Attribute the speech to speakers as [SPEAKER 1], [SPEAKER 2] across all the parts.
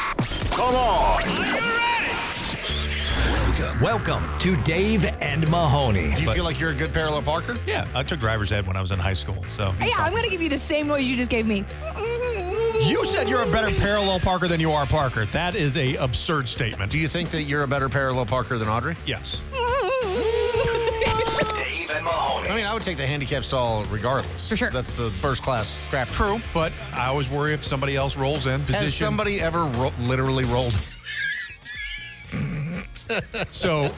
[SPEAKER 1] Come on.
[SPEAKER 2] Welcome to Dave and Mahoney.
[SPEAKER 3] Do you
[SPEAKER 2] But-
[SPEAKER 3] feel like you're a good parallel parker?
[SPEAKER 4] Yeah, I took driver's ed when I was in high school. So
[SPEAKER 5] Yeah, I'm going to give you the same noise you just gave me.
[SPEAKER 4] you said you're a better parallel Parker than you are Parker. That is a absurd statement.
[SPEAKER 3] Do you think that you're a better parallel parker than Audrey?
[SPEAKER 4] Yes.
[SPEAKER 1] Dave and Mahoney.
[SPEAKER 3] I mean, I would take the handicap stall regardless.
[SPEAKER 5] For sure.
[SPEAKER 3] That's the first class crap.
[SPEAKER 4] True, but I always worry if somebody else rolls in
[SPEAKER 3] Has
[SPEAKER 4] position.
[SPEAKER 3] somebody ever ro- literally rolled?
[SPEAKER 4] so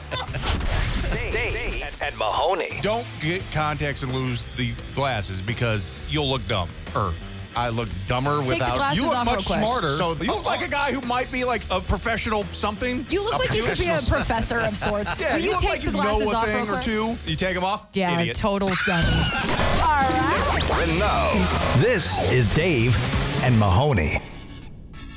[SPEAKER 2] Dave, Dave and Mahoney.
[SPEAKER 4] don't get contacts and lose the glasses because you'll look dumb. Er, Or
[SPEAKER 3] I look dumber
[SPEAKER 5] the
[SPEAKER 3] without.
[SPEAKER 5] glasses
[SPEAKER 4] you look
[SPEAKER 5] off real
[SPEAKER 4] much
[SPEAKER 5] quick.
[SPEAKER 4] smarter.
[SPEAKER 3] So-
[SPEAKER 4] So you look like a guy who might be like a professional something.
[SPEAKER 5] You look
[SPEAKER 3] A
[SPEAKER 5] like you could be a
[SPEAKER 3] professional-
[SPEAKER 5] professor of sorts.
[SPEAKER 4] yeah,
[SPEAKER 5] Will you,
[SPEAKER 4] look
[SPEAKER 5] take
[SPEAKER 4] like
[SPEAKER 5] the
[SPEAKER 4] you
[SPEAKER 5] glasses
[SPEAKER 4] know a
[SPEAKER 5] off real
[SPEAKER 4] thing or
[SPEAKER 5] quick?
[SPEAKER 4] two. You take them off.
[SPEAKER 5] Yeah,
[SPEAKER 4] Idiot.
[SPEAKER 5] total dummy.
[SPEAKER 1] Renault.
[SPEAKER 2] This is Dave and Mahoney.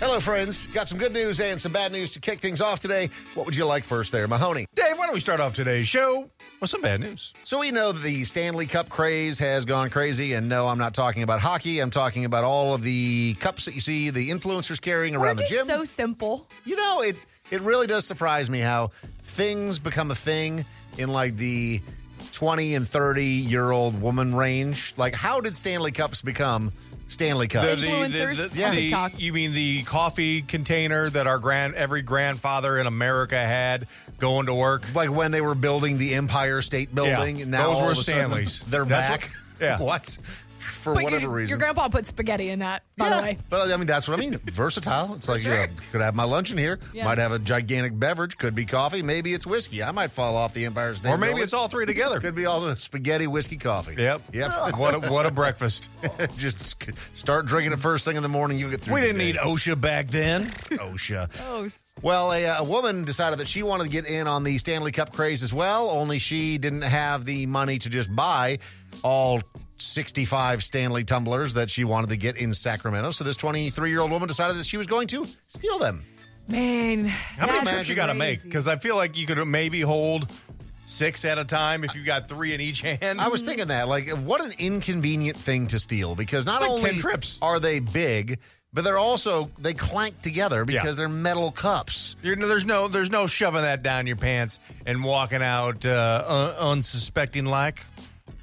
[SPEAKER 3] Hello, friends. Got some good news and some bad news to kick things off today. What would you like first, there, Mahoney?
[SPEAKER 4] Dave, why don't we start off today's show with some bad news?
[SPEAKER 3] So we know that the Stanley Cup craze has gone crazy, and no, I'm not talking about hockey. I'm talking about all of the cups that you see the influencers carrying
[SPEAKER 5] We're
[SPEAKER 3] around the
[SPEAKER 5] just
[SPEAKER 3] gym.
[SPEAKER 5] so simple.
[SPEAKER 3] you know, it it really does surprise me how things become a thing in like the 20 and 30 year old woman range. Like, how did Stanley Cups become Stanley Cups?
[SPEAKER 5] Influencers on TikTok.
[SPEAKER 4] you mean the coffee container that our grand every grandfather in America had going to work?
[SPEAKER 3] like when they were building the Empire State Building,
[SPEAKER 4] Yeah.
[SPEAKER 3] and now
[SPEAKER 4] Those
[SPEAKER 3] all
[SPEAKER 4] were
[SPEAKER 3] of a sudden
[SPEAKER 4] Stanleys.
[SPEAKER 3] they're
[SPEAKER 4] That's
[SPEAKER 3] back.
[SPEAKER 4] what- yeah.
[SPEAKER 3] what? For
[SPEAKER 5] But your,
[SPEAKER 3] whatever
[SPEAKER 5] your
[SPEAKER 3] reason.
[SPEAKER 5] grandpa put spaghetti in that, by
[SPEAKER 3] yeah,
[SPEAKER 5] the way.
[SPEAKER 3] but I mean that's what I mean. Versatile. It's like
[SPEAKER 5] Sure.
[SPEAKER 3] yeah, could have my lunch in here.
[SPEAKER 5] Yeah.
[SPEAKER 3] Might have a gigantic beverage. Could be coffee. Maybe it's whiskey. I might fall off the Empire State.
[SPEAKER 4] Or maybe
[SPEAKER 3] Building.
[SPEAKER 4] it's all three together.
[SPEAKER 3] Could be all the spaghetti, whiskey, coffee.
[SPEAKER 4] Yep.
[SPEAKER 3] Yep.
[SPEAKER 4] what a, what a breakfast.
[SPEAKER 3] Just sc- start drinking it first thing in the morning. You get through.
[SPEAKER 4] we
[SPEAKER 3] the
[SPEAKER 4] didn't
[SPEAKER 3] day.
[SPEAKER 4] need OSHA back then.
[SPEAKER 3] OSHA.
[SPEAKER 5] Oh,
[SPEAKER 3] Well, a, uh, a woman decided that she wanted to get in on the Stanley Cup craze as well. Only she didn't have the money to just buy all. 65 Stanley tumblers that she wanted to get in Sacramento. So this 23 year old woman decided that she was going to steal them.
[SPEAKER 5] man.
[SPEAKER 4] How many
[SPEAKER 5] that's
[SPEAKER 4] trips you got to make?
[SPEAKER 5] crazy.
[SPEAKER 4] Because I feel like you could maybe hold six at a time if you got three in each hand.
[SPEAKER 3] I was thinking that, like, what an inconvenient thing to steal because not
[SPEAKER 4] It's like
[SPEAKER 3] only
[SPEAKER 4] 10 trips.
[SPEAKER 3] are they big, but they're also they clank together because
[SPEAKER 4] Yeah.
[SPEAKER 3] they're metal cups.
[SPEAKER 4] You're, there's no there's no shoving that down your pants and walking out uh, un- unsuspecting like.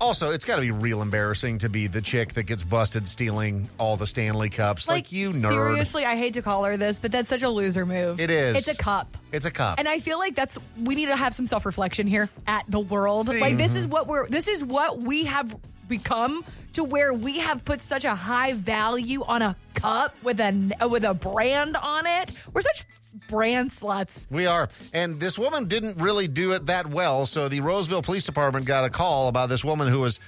[SPEAKER 3] Also, it's got to be real embarrassing to be the chick that gets busted stealing all the Stanley cups. Like, you nerd.
[SPEAKER 5] Seriously, I hate to call her this, but that's such a loser move.
[SPEAKER 3] It is.
[SPEAKER 5] It's a cup.
[SPEAKER 3] It's a cup.
[SPEAKER 5] And I feel like that's we need to have some self reflection here at the world. Like this is what we're this is what we have become to where we have put such a high value on a cup with a uh, with a brand on it. We're such brand sluts.
[SPEAKER 3] we are. And this woman didn't really do it that well. So the Roseville Police Department got a call about this woman who was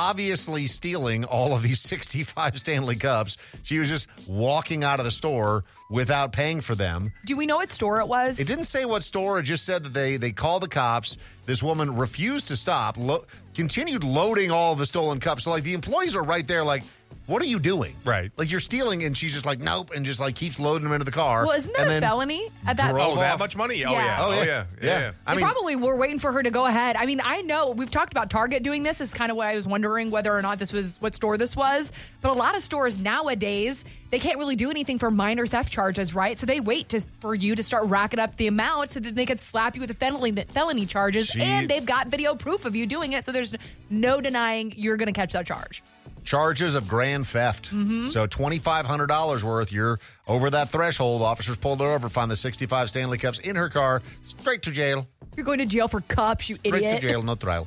[SPEAKER 3] obviously stealing all of these 65 Stanley cups. She was just walking out of the store without paying for them.
[SPEAKER 5] Do we know what store it was?
[SPEAKER 3] It didn't say what store. It just said that they they called the cops. This woman refused to stop, lo- continued loading all the stolen cups. So like the employees are right there, like, what are you doing?
[SPEAKER 4] Right.
[SPEAKER 3] Like you're stealing, and she's just like, nope, and just like keeps loading them into the car.
[SPEAKER 5] Well, isn't that
[SPEAKER 3] and
[SPEAKER 5] a
[SPEAKER 3] then-
[SPEAKER 5] felony at that
[SPEAKER 4] Oh,
[SPEAKER 3] drove
[SPEAKER 4] that
[SPEAKER 3] off.
[SPEAKER 4] much money? Oh
[SPEAKER 5] Yeah.
[SPEAKER 4] yeah.
[SPEAKER 3] Oh yeah,
[SPEAKER 4] yeah. yeah.
[SPEAKER 3] I
[SPEAKER 5] They
[SPEAKER 3] mean,
[SPEAKER 5] probably were waiting for her to go ahead. I mean, I know we've talked about Target doing this. Is kind of why I was wondering whether or not this was what store this was. But a lot of stores nowadays they can't really do anything for minor theft charges, right? So they wait to, for you to start racking up the amount so that they could slap you with the felony felony charges,
[SPEAKER 3] Gee.
[SPEAKER 5] and they've got video proof of you doing it. So there's no denying you're going to catch that charge.
[SPEAKER 3] charges of grand theft. So twenty five hundred dollars worth. You're over that threshold. Officers pulled her over, found the sixty five Stanley cups in her car, straight to jail.
[SPEAKER 5] You're going to jail for cups, you
[SPEAKER 3] Straight
[SPEAKER 5] idiot.
[SPEAKER 3] to jail, no trial.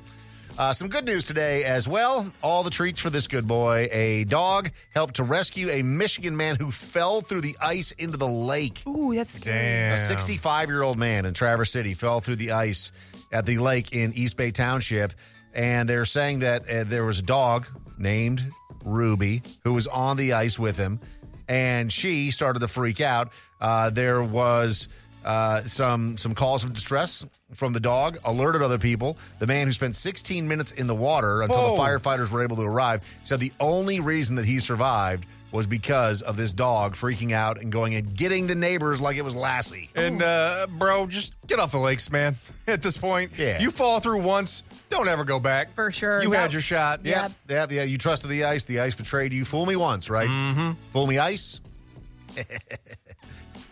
[SPEAKER 3] Uh, some good news today as well. All the treats for this good boy. A dog helped to rescue a Michigan man who fell through the ice into the lake.
[SPEAKER 5] Ooh, that's scary.
[SPEAKER 4] Damn.
[SPEAKER 3] A 65 year old man in Traverse City fell through the ice at the lake in East Bay Township. And they're saying that uh, there was a dog named Ruby who was on the ice with him. And she started to freak out. Uh, there was uh, some some calls of distress from the dog, alerted other people. The man who spent 16 minutes in the water until
[SPEAKER 4] Whoa.
[SPEAKER 3] the firefighters were able to arrive said the only reason that he survived was because of this dog freaking out and going and getting the neighbors like it was Lassie.
[SPEAKER 4] And uh, bro, just get off the lakes, man. At this point,
[SPEAKER 3] Yeah.
[SPEAKER 4] you fall through once, don't ever go back.
[SPEAKER 5] For sure.
[SPEAKER 4] you
[SPEAKER 5] That-
[SPEAKER 4] had your shot.
[SPEAKER 5] Yeah.
[SPEAKER 3] Yep. Yep. Yeah. You trusted the ice. The ice betrayed you. Fool me once, right? Mm-hmm. Fool me, ice.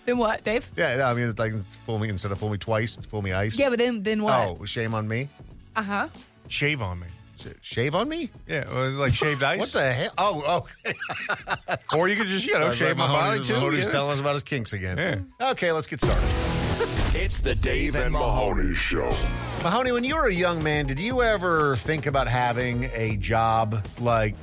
[SPEAKER 5] Then what, Dave?
[SPEAKER 3] Yeah, no, I mean, it's like it's fool me instead of fool me twice, it's fool me ice.
[SPEAKER 5] Yeah, but then then what?
[SPEAKER 3] oh, shame on me.
[SPEAKER 5] Uh huh.
[SPEAKER 4] Shave on me.
[SPEAKER 3] Sh- shave on me?
[SPEAKER 4] Yeah, well, like shaved ice.
[SPEAKER 3] What the hell? Oh, oh.
[SPEAKER 4] Or you could just, you know, shave my body too.
[SPEAKER 3] Mahoney's
[SPEAKER 4] yeah.
[SPEAKER 3] telling us about his kinks again. Okay, let's get started.
[SPEAKER 2] It's the Dave and Mahoney Show.
[SPEAKER 3] Mahoney, when you were a young man, did you ever think about having a job like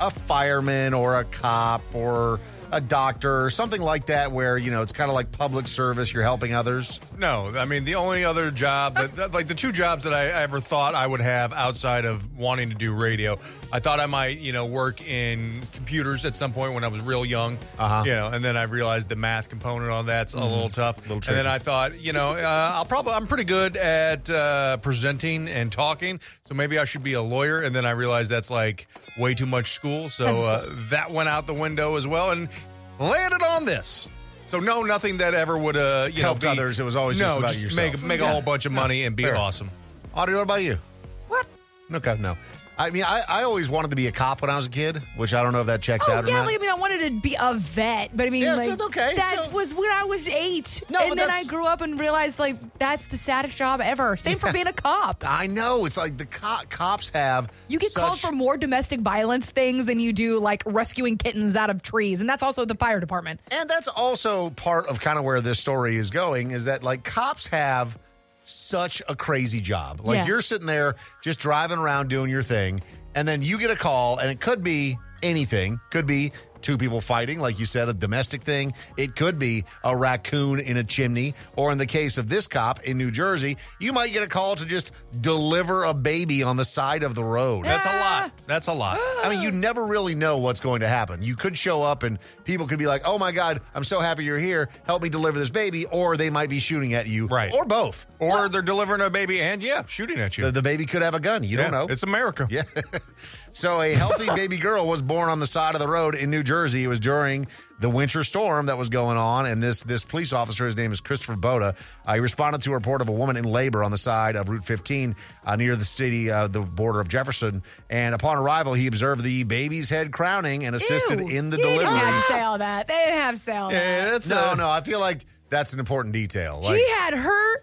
[SPEAKER 3] a fireman or a cop or a doctor or something like that where, you know, it's kind of like public service, you're helping others?
[SPEAKER 4] No, I mean the only other job that, that- like the two jobs that I ever thought I would have outside of wanting to do radio, I thought I might you know work in computers at some point when I was real young, uh-huh. you know, and then I realized the math component on that's a little tough. and then I thought you know uh, I'll probably I'm pretty good at uh, presenting and talking, so maybe I should be a lawyer. And then I realized that's like way too much school, so uh, that went out the window as well, and landed on this. So no, nothing that ever would uh you
[SPEAKER 3] Helped
[SPEAKER 4] know be-
[SPEAKER 3] others, it was always
[SPEAKER 4] no,
[SPEAKER 3] just about yourself.
[SPEAKER 4] make make a whole bunch of money and be
[SPEAKER 3] Fair.
[SPEAKER 4] awesome.
[SPEAKER 3] Audrey, what about you?
[SPEAKER 5] What?
[SPEAKER 3] Okay, no. I mean, I, I always wanted to be a cop when I was a kid, which I don't know if that checks
[SPEAKER 5] Oh
[SPEAKER 3] out or
[SPEAKER 5] yeah,
[SPEAKER 3] not.
[SPEAKER 5] like, I mean, I wanted to be a vet, but I mean,
[SPEAKER 3] Yeah, so
[SPEAKER 5] like,
[SPEAKER 3] okay,
[SPEAKER 5] that
[SPEAKER 3] so-
[SPEAKER 5] was when I was eight,
[SPEAKER 3] No, but
[SPEAKER 5] and then I
[SPEAKER 3] that's-
[SPEAKER 5] grew up and realized like that's the saddest job ever. Same for being a cop.
[SPEAKER 3] I know. It's like the co- cops have.
[SPEAKER 5] You get called
[SPEAKER 3] such-
[SPEAKER 5] for more domestic violence things than you do like rescuing kittens out of trees, and that's also the fire department.
[SPEAKER 3] And that's also part of kind of where this story is going is that like cops have such a crazy job. Like
[SPEAKER 5] Yeah.
[SPEAKER 3] you're sitting there just driving around doing your thing, and then you get a call, and it could be anything. Could be two people fighting, like you said, a domestic thing. It could be a raccoon in a chimney, or in the case of this cop in New Jersey, you might get a call to just deliver a baby on the side of the road.
[SPEAKER 4] That's a lot. That's a lot.
[SPEAKER 3] I mean, you never really know what's going to happen. You could show up and people could be like, oh my God, I'm so happy you're here. Help me deliver this baby. Or they might be shooting at you.
[SPEAKER 4] Right.
[SPEAKER 3] Or both.
[SPEAKER 4] Or they're delivering a baby and yeah, shooting at you.
[SPEAKER 3] The, the baby could have a gun. You
[SPEAKER 4] yeah,
[SPEAKER 3] don't know.
[SPEAKER 4] It's America.
[SPEAKER 3] yeah. so a healthy baby girl was born on the side of the road in New Jersey. It was during the winter storm that was going on. And this, this police officer, his name is Christopher Boda, uh, he responded to a report of a woman in labor on the side of Route 15 uh, near the city, uh, the border of Jefferson. And upon arrival, he observed the baby's head crowning and assisted
[SPEAKER 5] Ew.
[SPEAKER 3] in the
[SPEAKER 5] You
[SPEAKER 3] delivery.
[SPEAKER 5] didn't have to say all that. They didn't have to say all that.
[SPEAKER 4] Yeah, that's
[SPEAKER 3] no,
[SPEAKER 4] a-
[SPEAKER 3] no, I feel like that's an important detail. Like,
[SPEAKER 5] She had her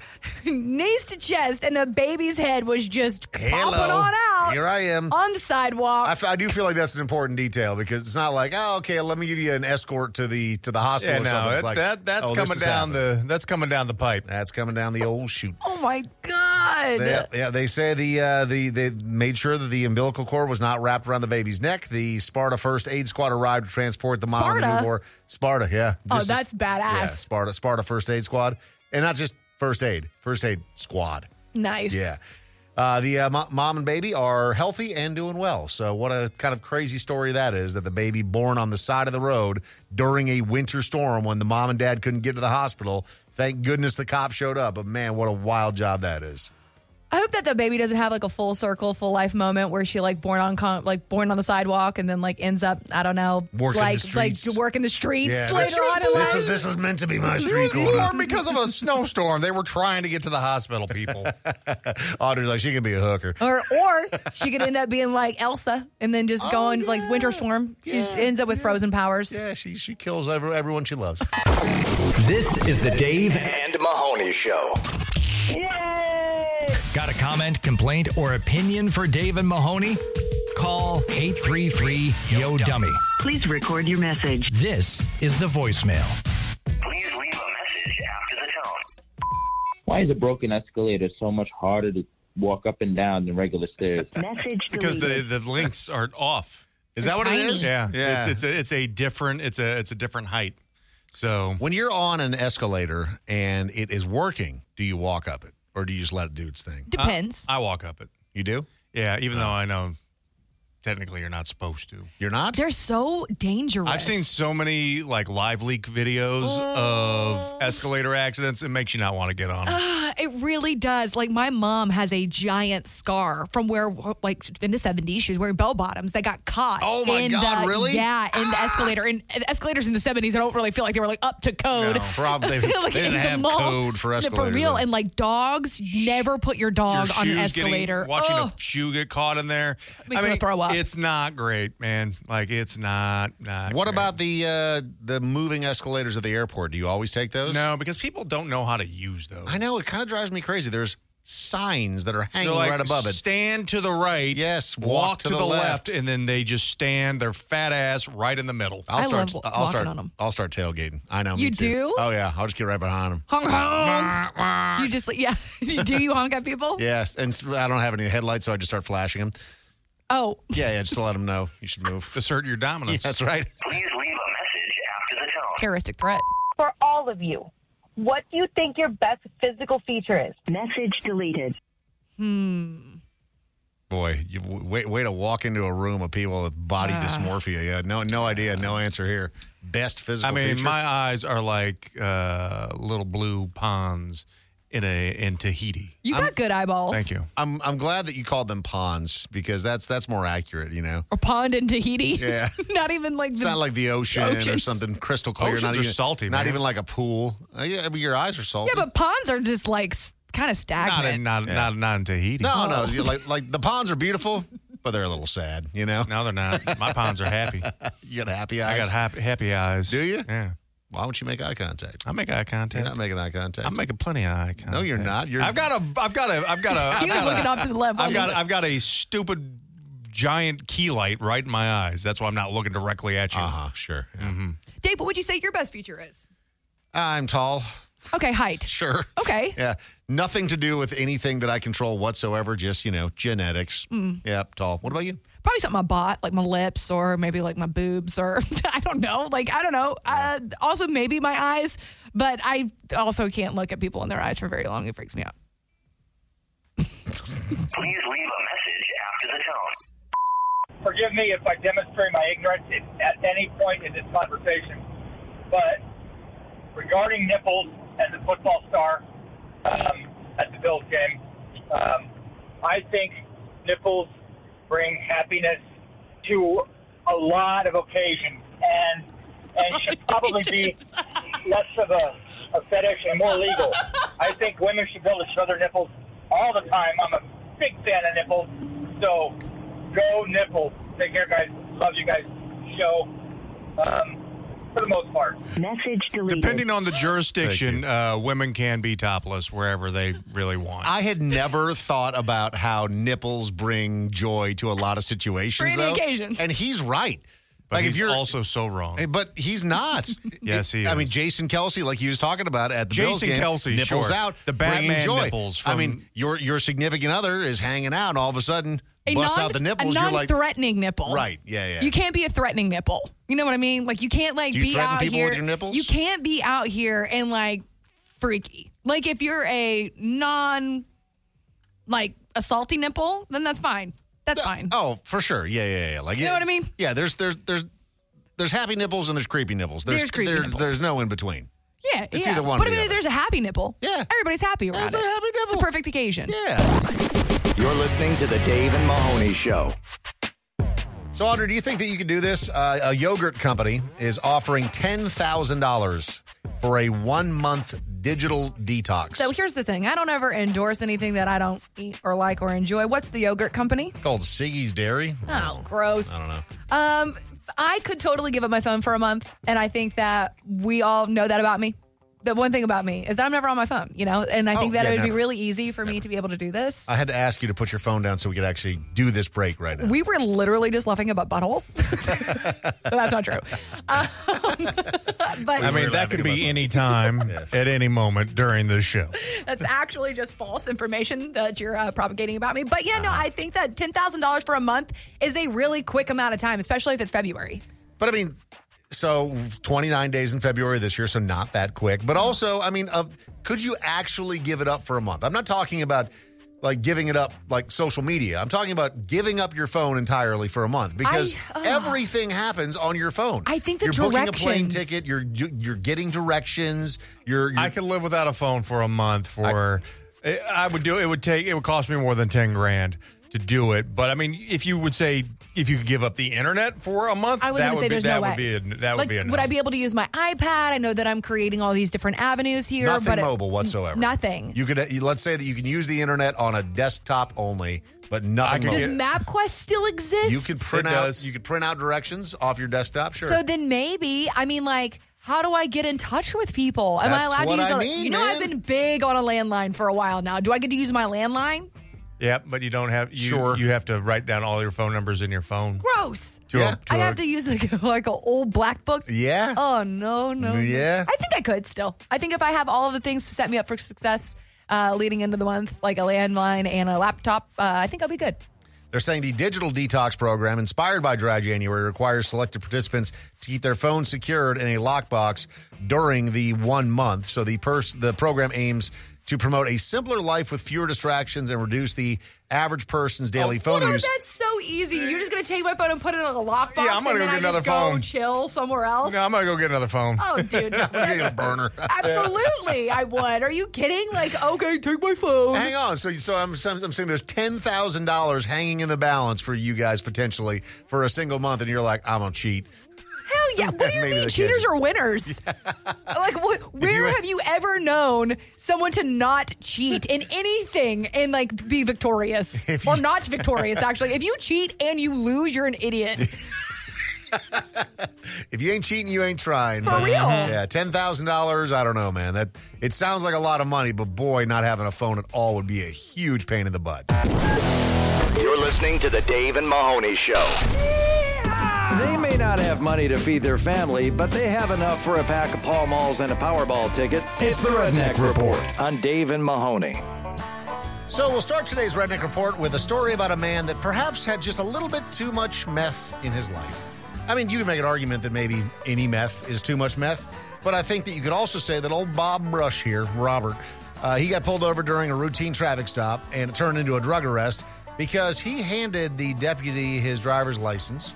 [SPEAKER 5] knees to chest, and the baby's head was just
[SPEAKER 3] Hello.
[SPEAKER 5] popping on out.
[SPEAKER 3] Here I am.
[SPEAKER 5] on the sidewalk.
[SPEAKER 3] I, f- I do feel like that's an important detail because it's not like oh okay let me give you an escort to the to the hospital
[SPEAKER 4] Yeah,
[SPEAKER 3] or something.
[SPEAKER 4] no,
[SPEAKER 3] It's
[SPEAKER 4] that,
[SPEAKER 3] like,
[SPEAKER 4] that that's
[SPEAKER 3] oh, this
[SPEAKER 4] coming
[SPEAKER 3] is
[SPEAKER 4] down
[SPEAKER 3] happening.
[SPEAKER 4] the that's coming down the pipe.
[SPEAKER 3] That's coming down the old chute.
[SPEAKER 5] oh my god!
[SPEAKER 3] They, yeah, they say the uh, the they made sure that the umbilical cord was not wrapped around the baby's neck. The Sparta First Aid Squad arrived to transport the mom and the
[SPEAKER 5] Sparta?
[SPEAKER 3] newborn. Sparta, yeah.
[SPEAKER 5] Oh,
[SPEAKER 3] This is-
[SPEAKER 5] that's badass.
[SPEAKER 3] Yeah, Sparta, Sparta First Aid Squad, and not just first aid, first aid squad.
[SPEAKER 5] Nice.
[SPEAKER 3] Yeah. Uh, the uh, mo- mom and baby are healthy and doing well. So, what a kind of crazy story that is that the baby born on the side of the road during a winter storm when the mom and dad couldn't get to the hospital. Thank goodness the cop showed up. But man, what a wild job that is.
[SPEAKER 5] I hope that the baby doesn't have like a full circle, full life moment where she like born on con- like born on the sidewalk and then like ends up I don't know
[SPEAKER 3] Working
[SPEAKER 5] like
[SPEAKER 3] the streets.
[SPEAKER 5] like working the streets
[SPEAKER 3] Yeah,
[SPEAKER 5] later
[SPEAKER 3] this-
[SPEAKER 5] on in
[SPEAKER 3] This
[SPEAKER 5] life.
[SPEAKER 3] was, this was meant to be my
[SPEAKER 4] It was
[SPEAKER 3] street
[SPEAKER 4] born
[SPEAKER 3] corner.
[SPEAKER 4] because of a snowstorm. They were trying to get to the hospital, people.
[SPEAKER 3] Audrey's like, she can be a hooker.
[SPEAKER 5] or or she could end up being like Elsa and then just going like winter storm. She just ends up with frozen powers.
[SPEAKER 3] Oh, Yeah, she, she kills every, everyone she loves.
[SPEAKER 2] This is the Dave and Mahoney Show.
[SPEAKER 1] Yay!
[SPEAKER 2] Got a comment, complaint, or opinion for Dave and Mahoney? Call 833 Yo Dummy.
[SPEAKER 6] Please record your message.
[SPEAKER 2] This is the voicemail.
[SPEAKER 7] Please leave a message after the tone.
[SPEAKER 8] Why is a broken escalator so much harder to walk up and down than regular stairs?
[SPEAKER 6] Message
[SPEAKER 4] because
[SPEAKER 6] deleted.
[SPEAKER 4] the the links are off.
[SPEAKER 3] Is that what it is?
[SPEAKER 4] Yeah, It's it's a, it's a different it's a it's a different height. So
[SPEAKER 3] when you're on an escalator and it is working, do you walk up it or do you just let it do its thing?
[SPEAKER 5] Depends.
[SPEAKER 4] I walk up it.
[SPEAKER 3] You do?
[SPEAKER 4] Yeah, even though I know technically you're not supposed to.
[SPEAKER 3] You're not?
[SPEAKER 5] They're so dangerous.
[SPEAKER 4] I've seen so many like live leak videos
[SPEAKER 5] Oh.
[SPEAKER 4] of escalator accidents. It makes you not want to get on. 'em.
[SPEAKER 5] It really does. Like my mom has a giant scar from where, like in the seventies, she was wearing bell bottoms that got caught.
[SPEAKER 3] Oh, my
[SPEAKER 5] in
[SPEAKER 3] God,
[SPEAKER 5] the-
[SPEAKER 3] really? Ah!
[SPEAKER 5] Yeah, in the escalator. And escalators in the seventies, I don't really feel like they were like up to code.
[SPEAKER 3] No, prob- they- they
[SPEAKER 5] Like,
[SPEAKER 3] didn't
[SPEAKER 5] in the
[SPEAKER 3] have
[SPEAKER 5] mall.
[SPEAKER 3] code for escalators
[SPEAKER 5] For real,
[SPEAKER 3] then.
[SPEAKER 5] and like dogs, never put your dog
[SPEAKER 4] Your
[SPEAKER 5] Oh, on an
[SPEAKER 4] shoes getting-
[SPEAKER 5] escalator.
[SPEAKER 4] watching
[SPEAKER 5] Ugh.
[SPEAKER 4] a shoe get caught in there.
[SPEAKER 5] Makes me wanna throw up.
[SPEAKER 4] It's not great, man. Like it's not. not
[SPEAKER 3] What
[SPEAKER 4] great.
[SPEAKER 3] about the uh, the moving escalators at the airport? Do you always take those?
[SPEAKER 4] no? Because people don't know how to use those.
[SPEAKER 3] I know it kind of drives me crazy. There's signs that are
[SPEAKER 4] They're
[SPEAKER 3] hanging
[SPEAKER 4] like,
[SPEAKER 3] right above it.
[SPEAKER 4] Stand to the right.
[SPEAKER 3] Yes,
[SPEAKER 4] Walk, to, the, left. and then they just stand their fat ass right in the middle.
[SPEAKER 3] I'll
[SPEAKER 5] I
[SPEAKER 3] start.
[SPEAKER 5] love
[SPEAKER 3] I'll
[SPEAKER 5] walking
[SPEAKER 3] start.
[SPEAKER 5] on 'em.
[SPEAKER 3] I'll start tailgating. I know. me
[SPEAKER 5] You
[SPEAKER 3] too.
[SPEAKER 5] do?
[SPEAKER 3] Oh yeah. I'll just get right behind them.
[SPEAKER 5] honk honk. you just like yeah. Do you honk at people?
[SPEAKER 3] Yes, and s- I don't have any headlights, so I just start flashing them.
[SPEAKER 5] Oh,
[SPEAKER 3] Yeah, yeah, just to let them know you should move.
[SPEAKER 4] Assert your dominance.
[SPEAKER 3] That's right.
[SPEAKER 7] Please leave a message after the tone.
[SPEAKER 5] terroristic threat.
[SPEAKER 1] For all of you, what do you think your best physical feature is?
[SPEAKER 6] Message deleted.
[SPEAKER 3] Boy, you w- way, way to walk into a room of people with
[SPEAKER 5] Ah.
[SPEAKER 3] body dysmorphia. Yeah, no, no idea, no answer here. Best
[SPEAKER 4] I
[SPEAKER 3] physical.
[SPEAKER 4] mean,
[SPEAKER 3] feature?
[SPEAKER 4] my eyes are like uh, little blue ponds in a in Tahiti.
[SPEAKER 5] You got good eyeballs.
[SPEAKER 4] Thank you.
[SPEAKER 3] I'm I'm glad that you called them ponds because that's that's more accurate. You know,
[SPEAKER 5] Or pond in Tahiti.
[SPEAKER 3] Yeah.
[SPEAKER 5] Not even like
[SPEAKER 3] it's
[SPEAKER 5] the
[SPEAKER 3] not like the ocean or
[SPEAKER 5] Oceans.
[SPEAKER 3] something crystal clear.
[SPEAKER 4] Oceans
[SPEAKER 3] not
[SPEAKER 4] are
[SPEAKER 3] even,
[SPEAKER 4] salty,
[SPEAKER 3] Not
[SPEAKER 4] man.
[SPEAKER 3] even like a pool. Uh, yeah, but your eyes are salty.
[SPEAKER 5] Yeah, but ponds are just like kind of stagnant.
[SPEAKER 4] Not in not not not in Tahiti.
[SPEAKER 3] no, no, you- like like the ponds are beautiful, but they're a little sad. You know,
[SPEAKER 4] no, they're not. My ponds are happy.
[SPEAKER 3] you got happy
[SPEAKER 4] I
[SPEAKER 3] eyes.
[SPEAKER 4] got happy happy eyes.
[SPEAKER 3] Do you?
[SPEAKER 4] Yeah.
[SPEAKER 3] Why won't you make eye contact?
[SPEAKER 4] I make eye
[SPEAKER 3] You're
[SPEAKER 4] contact.
[SPEAKER 3] not making eye contact.
[SPEAKER 4] I'm making plenty of eye contact.
[SPEAKER 3] no, you're not. You're
[SPEAKER 4] I've got a. I've got a. I've got a.
[SPEAKER 5] He
[SPEAKER 4] I've
[SPEAKER 5] was
[SPEAKER 4] got
[SPEAKER 5] looking
[SPEAKER 4] a,
[SPEAKER 5] off to the left.
[SPEAKER 4] I've
[SPEAKER 5] wasn't
[SPEAKER 4] got.
[SPEAKER 5] he?
[SPEAKER 4] I've got a stupid giant key light right in my eyes. That's why I'm not looking directly at you.
[SPEAKER 3] Uh huh. Sure. yeah.
[SPEAKER 5] Dave, what would you say your best feature is?
[SPEAKER 3] I'm tall.
[SPEAKER 5] Okay, height.
[SPEAKER 3] Sure.
[SPEAKER 5] Okay.
[SPEAKER 3] Yeah. Nothing to do with anything that I control whatsoever. Just you know, genetics.
[SPEAKER 5] Mm.
[SPEAKER 3] Yep. Tall. What about you?
[SPEAKER 5] Probably something I bought, like my lips or maybe like my boobs or I don't know. Like, I don't know. Uh, also, maybe my eyes, but I also can't look at people in their eyes for very long. It freaks me out.
[SPEAKER 7] Please leave a message after the tone.
[SPEAKER 9] forgive me if I demonstrate my ignorance at- at any point in this conversation, but regarding nipples as a football star um, at the Bills game, um, I think nipples bring happiness to a lot of occasions and and should probably be less of a, a fetish and more legal. I think women should be able to show their nipples all the time. I'm a big fan of nipples, so go nipples. Take care, guys. Love you guys. Show um, for the most part.
[SPEAKER 6] Message deleted.
[SPEAKER 4] Depending on the jurisdiction, uh, women can be topless wherever they really want.
[SPEAKER 3] I had never thought about how nipples bring joy to a lot of situations.
[SPEAKER 5] For any
[SPEAKER 3] though.
[SPEAKER 5] occasion.
[SPEAKER 3] And he's right.
[SPEAKER 4] but
[SPEAKER 3] like
[SPEAKER 4] he's
[SPEAKER 3] if you're
[SPEAKER 4] also so wrong.
[SPEAKER 3] but he's not.
[SPEAKER 4] Yes, he
[SPEAKER 3] I mean,
[SPEAKER 4] is.
[SPEAKER 3] Jason Kelsey, like he was talking about at the Bills
[SPEAKER 4] Jason
[SPEAKER 3] game,
[SPEAKER 4] Kelce,
[SPEAKER 3] nipples
[SPEAKER 4] sure.
[SPEAKER 3] out,
[SPEAKER 4] The
[SPEAKER 3] bringing
[SPEAKER 4] Batman
[SPEAKER 3] joy.
[SPEAKER 4] nipples
[SPEAKER 3] I mean,
[SPEAKER 4] from-
[SPEAKER 3] your your significant other is hanging out, and all of a sudden,
[SPEAKER 5] A
[SPEAKER 3] busts
[SPEAKER 5] non,
[SPEAKER 3] out the nipples.
[SPEAKER 5] A
[SPEAKER 3] you're like,
[SPEAKER 5] non-threatening nipple.
[SPEAKER 3] right? Yeah, yeah.
[SPEAKER 5] You can't be a threatening nipple. You know what I mean? Like you can't like
[SPEAKER 3] Do you
[SPEAKER 5] be
[SPEAKER 3] threaten
[SPEAKER 5] out
[SPEAKER 3] people
[SPEAKER 5] here.
[SPEAKER 3] with your nipples?
[SPEAKER 5] You can't be out here and like freaky. Like if you're a non like a salty nipple, then that's fine. That's fine.
[SPEAKER 3] Oh, for sure. Yeah, yeah, yeah. Like you
[SPEAKER 5] know what I mean?
[SPEAKER 3] Yeah. There's there's there's there's happy nipples and there's creepy nipples. There's
[SPEAKER 5] There's creepy
[SPEAKER 3] there-
[SPEAKER 5] nipples.
[SPEAKER 3] There's no in between.
[SPEAKER 5] yeah,
[SPEAKER 3] it's
[SPEAKER 5] yeah.
[SPEAKER 3] either one
[SPEAKER 5] But
[SPEAKER 3] or the
[SPEAKER 5] I mean,
[SPEAKER 3] other.
[SPEAKER 5] there's a happy nipple.
[SPEAKER 3] Yeah.
[SPEAKER 5] everybody's happy around
[SPEAKER 3] It's a
[SPEAKER 5] it.
[SPEAKER 3] happy
[SPEAKER 5] It's
[SPEAKER 3] nipple.
[SPEAKER 5] the perfect occasion.
[SPEAKER 3] Yeah.
[SPEAKER 2] You're listening to The Dave and Mahoney Show.
[SPEAKER 3] So, Audrey, do you think that you could do this? Uh, a yogurt company is offering ten thousand dollars for a one month digital detox.
[SPEAKER 5] So here's the thing. I don't ever endorse anything that I don't eat or like or enjoy. What's the yogurt company?
[SPEAKER 3] it's called Siggy's Dairy.
[SPEAKER 5] Oh,
[SPEAKER 3] I
[SPEAKER 5] gross.
[SPEAKER 3] don't know.
[SPEAKER 5] Um, I could totally give up my phone for a month, and I think that we all know that about me. The one thing about me is that I'm never on my phone, you know, and I think that
[SPEAKER 3] Oh, yeah,
[SPEAKER 5] it would be
[SPEAKER 3] never. Uh,
[SPEAKER 5] really easy for me to be able to do this.
[SPEAKER 3] I had to ask you to put your phone down so we could actually do this break right now.
[SPEAKER 5] we were literally just laughing about buttholes, so that's not true. Um, but
[SPEAKER 4] I mean,
[SPEAKER 3] were
[SPEAKER 4] that
[SPEAKER 3] laughing
[SPEAKER 4] could
[SPEAKER 3] about
[SPEAKER 4] be
[SPEAKER 3] that.
[SPEAKER 4] any time
[SPEAKER 3] Yes.
[SPEAKER 4] at any moment during the show.
[SPEAKER 5] that's actually just false information that you're uh, propagating about me. But yeah, no,
[SPEAKER 3] Uh-huh.
[SPEAKER 5] I think that ten thousand dollars for a month is a really quick amount of time, especially if it's February.
[SPEAKER 3] But I mean, so 29 days in February this year, so not that quick. But also, I mean, of could you actually give it up for a month? I'm not talking about like giving it up like social media. I'm talking about giving up your phone entirely for a month because
[SPEAKER 5] ugh.
[SPEAKER 3] everything happens on your phone.
[SPEAKER 5] I think the
[SPEAKER 3] you're booking a plane
[SPEAKER 5] directions-
[SPEAKER 3] ticket. You're you- you're getting directions. You're, you're
[SPEAKER 4] I could live without a phone for a month. For I, I would do it. Would take it would cost me more than ten grand to do it. But I mean, if you would say if you could give up the internet for a month,
[SPEAKER 5] I was
[SPEAKER 4] that
[SPEAKER 5] going to
[SPEAKER 4] would
[SPEAKER 5] say
[SPEAKER 4] be
[SPEAKER 5] there's
[SPEAKER 4] that
[SPEAKER 5] no
[SPEAKER 4] would be
[SPEAKER 5] way.
[SPEAKER 4] a, that
[SPEAKER 5] like,
[SPEAKER 4] would be enough.
[SPEAKER 5] would I be able to use my iPad? I know that I'm creating all these different avenues here,
[SPEAKER 3] nothing
[SPEAKER 5] but uh, it-
[SPEAKER 3] mobile whatsoever.
[SPEAKER 5] nothing.
[SPEAKER 3] You could you- let's say that you can use the internet on a desktop only but nothing.
[SPEAKER 4] I could
[SPEAKER 5] Does
[SPEAKER 3] mobile.
[SPEAKER 5] MapQuest still exist?
[SPEAKER 3] you could print
[SPEAKER 4] It
[SPEAKER 3] out
[SPEAKER 4] does.
[SPEAKER 3] you could print out directions off your desktop. Sure.
[SPEAKER 5] So then maybe, I mean, like, how do I get in touch with people? Am
[SPEAKER 3] That's
[SPEAKER 5] I allowed
[SPEAKER 3] what
[SPEAKER 5] to use
[SPEAKER 3] I
[SPEAKER 5] a
[SPEAKER 3] mean,
[SPEAKER 5] You know, I've
[SPEAKER 3] man.
[SPEAKER 5] been big on a landline for a while now. Do I get to use my landline?
[SPEAKER 4] Yep, but you don't have. You,
[SPEAKER 3] Sure.
[SPEAKER 4] You have to write down all your phone numbers in your phone.
[SPEAKER 5] Gross.
[SPEAKER 4] To a-
[SPEAKER 3] Yeah.
[SPEAKER 4] to
[SPEAKER 5] I
[SPEAKER 4] a-
[SPEAKER 5] have to use like a, like an old black book.
[SPEAKER 3] yeah.
[SPEAKER 5] Oh no, no. no.
[SPEAKER 3] Yeah.
[SPEAKER 5] I think I could still. I think if I have all of the things to set me up for success uh, leading into the month, like a landline and a laptop, uh, I think I'll be good.
[SPEAKER 3] They're saying the digital detox program inspired by Dry January requires selected participants to keep their phones secured in a lockbox during the one month. So the pers- the program aims to promote a simpler life with fewer distractions and reduce the average person's daily phone
[SPEAKER 5] Well, no,
[SPEAKER 3] use.
[SPEAKER 5] that's so easy. You're just gonna take my phone and put it in a lockbox.
[SPEAKER 4] Yeah, I'm gonna
[SPEAKER 5] and then
[SPEAKER 4] go get
[SPEAKER 5] I just
[SPEAKER 4] another
[SPEAKER 5] Go
[SPEAKER 4] phone.
[SPEAKER 5] chill somewhere else.
[SPEAKER 4] No, I'm gonna go get another phone.
[SPEAKER 5] Oh, dude, no,
[SPEAKER 3] I'm
[SPEAKER 5] that's-
[SPEAKER 3] a burner.
[SPEAKER 5] Absolutely, I would. Are you kidding? Like, okay, take my phone.
[SPEAKER 3] Hang on. So, so I'm, so I'm saying there's ten thousand dollars hanging in the balance for you guys potentially for a single month, and you're like, I'm gonna cheat.
[SPEAKER 5] Hell yeah! What do you
[SPEAKER 3] Maybe
[SPEAKER 5] mean
[SPEAKER 3] the
[SPEAKER 5] cheaters
[SPEAKER 3] kids-
[SPEAKER 5] are winners? like, what, where have you ever known someone to not cheat in anything and like be victorious or not victorious? Actually, if you cheat and you lose, you're an idiot.
[SPEAKER 3] If you ain't cheating, you ain't trying.
[SPEAKER 5] For real?
[SPEAKER 3] Yeah, ten thousand dollars. I don't know, man. That it sounds like a lot of money, but boy, not having a phone at all would be a huge pain in the butt.
[SPEAKER 10] You're listening to the Dave and Mahoney Show.
[SPEAKER 11] They may not have money to feed their family, but they have enough for a pack of Pall Malls and a Powerball ticket. It's the Redneck Report on Dave and Mahoney.
[SPEAKER 3] So we'll start today's redneck report with a story about a man that perhaps had just a little bit too much meth in his life. I mean, you could make an argument that maybe any meth is too much meth, but I think that you could also say that old Bob Rush here, Robert, uh, he got pulled over during a routine traffic stop and it turned into a drug arrest because he handed the deputy his driver's license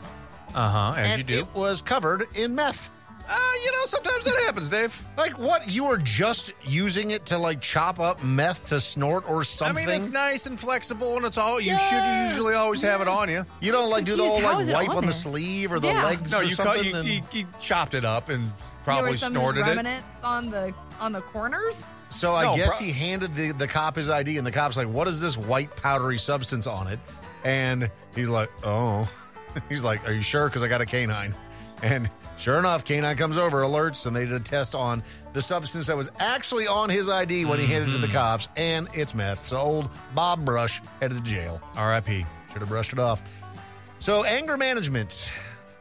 [SPEAKER 4] Uh huh. As
[SPEAKER 3] and
[SPEAKER 4] you do.
[SPEAKER 3] it was covered in meth.
[SPEAKER 4] Uh, you know, sometimes that happens, Dave.
[SPEAKER 3] Like what? You were just using it to like chop up meth to snort or
[SPEAKER 4] I
[SPEAKER 3] something.
[SPEAKER 4] mean, it's nice and flexible, and it's all you
[SPEAKER 3] Yeah.
[SPEAKER 4] should usually always have it on you.
[SPEAKER 3] You don't like do the
[SPEAKER 5] Jeez,
[SPEAKER 3] whole
[SPEAKER 5] how
[SPEAKER 3] like
[SPEAKER 5] is it
[SPEAKER 3] wipe
[SPEAKER 5] on
[SPEAKER 3] on the
[SPEAKER 5] there?
[SPEAKER 3] sleeve or the
[SPEAKER 5] Yeah.
[SPEAKER 3] legs
[SPEAKER 4] No,
[SPEAKER 3] or
[SPEAKER 4] you, cut,
[SPEAKER 3] something.
[SPEAKER 4] you,
[SPEAKER 3] and-
[SPEAKER 4] you, you chopped it up and
[SPEAKER 5] there
[SPEAKER 4] probably
[SPEAKER 5] were some
[SPEAKER 4] snorted it.
[SPEAKER 5] remnants on the on the corners.
[SPEAKER 3] so I
[SPEAKER 4] No,
[SPEAKER 3] guess
[SPEAKER 4] bro-
[SPEAKER 3] he handed the, the cop his ID, and the cop's like, "What is this white powdery substance on it?" And he's like, "Oh." He's like, "Are you sure?" Because I got a canine, and sure enough, canine comes over, alerts, and they did a test on the substance that was actually on his ID when he handed it to
[SPEAKER 4] Mm-hmm.
[SPEAKER 3] the cops, and it's meth. So old Bob Brush headed to jail.
[SPEAKER 4] R.I.P.
[SPEAKER 3] Should have brushed it off. So, anger management.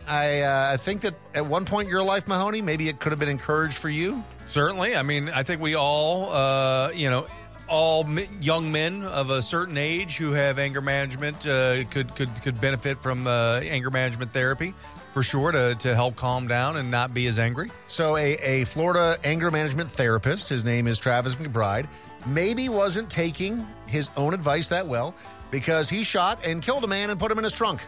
[SPEAKER 3] I uh, I think that at one point in your life, Mahoney, maybe it could have been encouraged for you.
[SPEAKER 4] Certainly. I mean, I think we all, uh, you know, all m- young men of a certain age who have anger management uh, could could could benefit from uh, anger management therapy for sure to to help calm down and not be as angry.
[SPEAKER 3] So, a, a Florida anger management therapist, his name is Travis McBride, maybe wasn't taking his own advice that well because he shot and killed a man and put him in his trunk.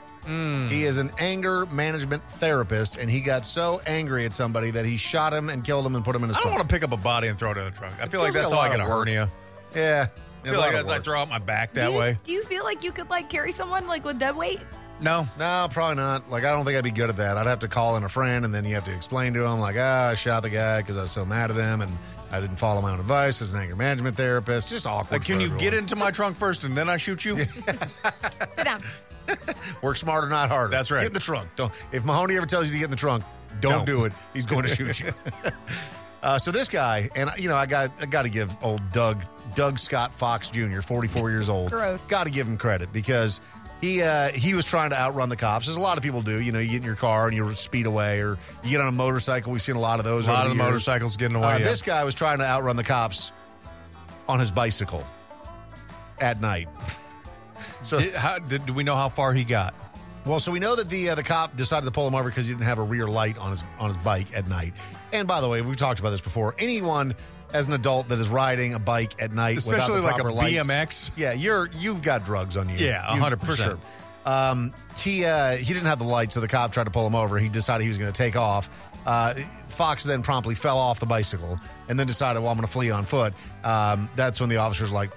[SPEAKER 3] He is an anger management therapist, and he got so angry at somebody that he shot him and killed him and put him in his
[SPEAKER 4] I don't
[SPEAKER 3] trunk.
[SPEAKER 4] want to pick up a body and throw it in the trunk. I feel like
[SPEAKER 3] feels like
[SPEAKER 4] that's
[SPEAKER 3] a
[SPEAKER 4] all
[SPEAKER 3] lot
[SPEAKER 4] I can
[SPEAKER 3] of work.
[SPEAKER 4] hernia.
[SPEAKER 3] yeah.
[SPEAKER 4] I feel like that's- I throw out my back that
[SPEAKER 5] do you,
[SPEAKER 4] way.
[SPEAKER 5] Do you feel like you could like carry someone like with dead weight?
[SPEAKER 4] No,
[SPEAKER 3] No, probably not. Like, I don't think I'd be good at that. I'd have to call in a friend, and then you have to explain to him, like, ah, I shot the guy because I was so mad at him, and I didn't follow my own advice as an anger management therapist. Just awkward.
[SPEAKER 4] like can
[SPEAKER 3] for
[SPEAKER 4] you get
[SPEAKER 3] everyone.
[SPEAKER 4] into my trunk first and then I shoot you?
[SPEAKER 5] Sit down.
[SPEAKER 3] Work smarter, not harder.
[SPEAKER 4] That's right.
[SPEAKER 3] Get in the trunk. Don't. If Mahoney ever tells you to get in the trunk, don't
[SPEAKER 4] No.
[SPEAKER 3] do it. He's going to shoot you. Uh, so this guy, and you know, I got I got to give old Doug Doug Scott Fox Jr., 44 years old.
[SPEAKER 5] Gross.
[SPEAKER 3] Got to give him credit because he uh, he was trying to outrun the cops, as a lot of people do. You know, you get in your car and you speed away, or you get on a motorcycle. We've seen a lot of those.
[SPEAKER 4] a lot
[SPEAKER 3] over
[SPEAKER 4] of the
[SPEAKER 3] years.
[SPEAKER 4] motorcycles getting away.
[SPEAKER 3] Uh,
[SPEAKER 4] yeah.
[SPEAKER 3] This guy was trying to outrun the cops on his bicycle at night. so
[SPEAKER 4] did, how, did, do we know how far he got?
[SPEAKER 3] well, so we know that the uh, the cop decided to pull him over because he didn't have a rear light on his on his bike at night. And by the way, we've talked about this before. Anyone as an adult that is riding a bike at night, without
[SPEAKER 4] Especially
[SPEAKER 3] the
[SPEAKER 4] like a
[SPEAKER 3] proper lights-
[SPEAKER 4] BMX.
[SPEAKER 3] yeah, you're you've got drugs on you.
[SPEAKER 4] Yeah,
[SPEAKER 3] You-
[SPEAKER 4] 100%.
[SPEAKER 3] for sure. Um, he uh, he didn't have the light, so the cop tried to pull him over. He decided he was going to take off. Uh, Fox then promptly fell off the bicycle and then decided, well, I'm going to flee on foot. Um, that's when the officers like,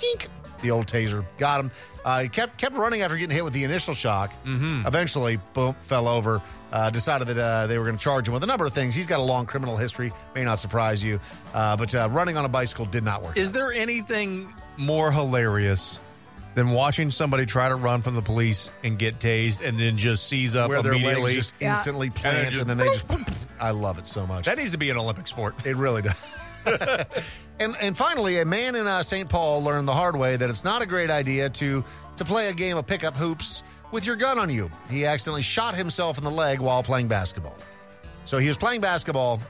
[SPEAKER 3] Yeek. The old taser got him. Uh, he kept kept running after getting hit with the initial shock. Mm-hmm. Eventually, boom, fell over. Uh, decided that uh, they were going to charge him with a number of things. He's got a long criminal history. May not surprise you, uh, but uh, running on a bicycle did not work.
[SPEAKER 4] Is there anything more hilarious than watching somebody try to run from the police and get tased and then just seize up
[SPEAKER 3] Where their legs
[SPEAKER 4] immediately,
[SPEAKER 3] just Yeah. instantly
[SPEAKER 4] And
[SPEAKER 3] plant
[SPEAKER 4] they're
[SPEAKER 3] and then they just- I love it so much.
[SPEAKER 4] That needs to be an Olympic sport.
[SPEAKER 3] It really does. and and finally, a man in uh, St. Paul learned the hard way that it's not a great idea to to play a game of pickup hoops with your gun on you. He accidentally shot himself in the leg while playing basketball. So he was playing basketball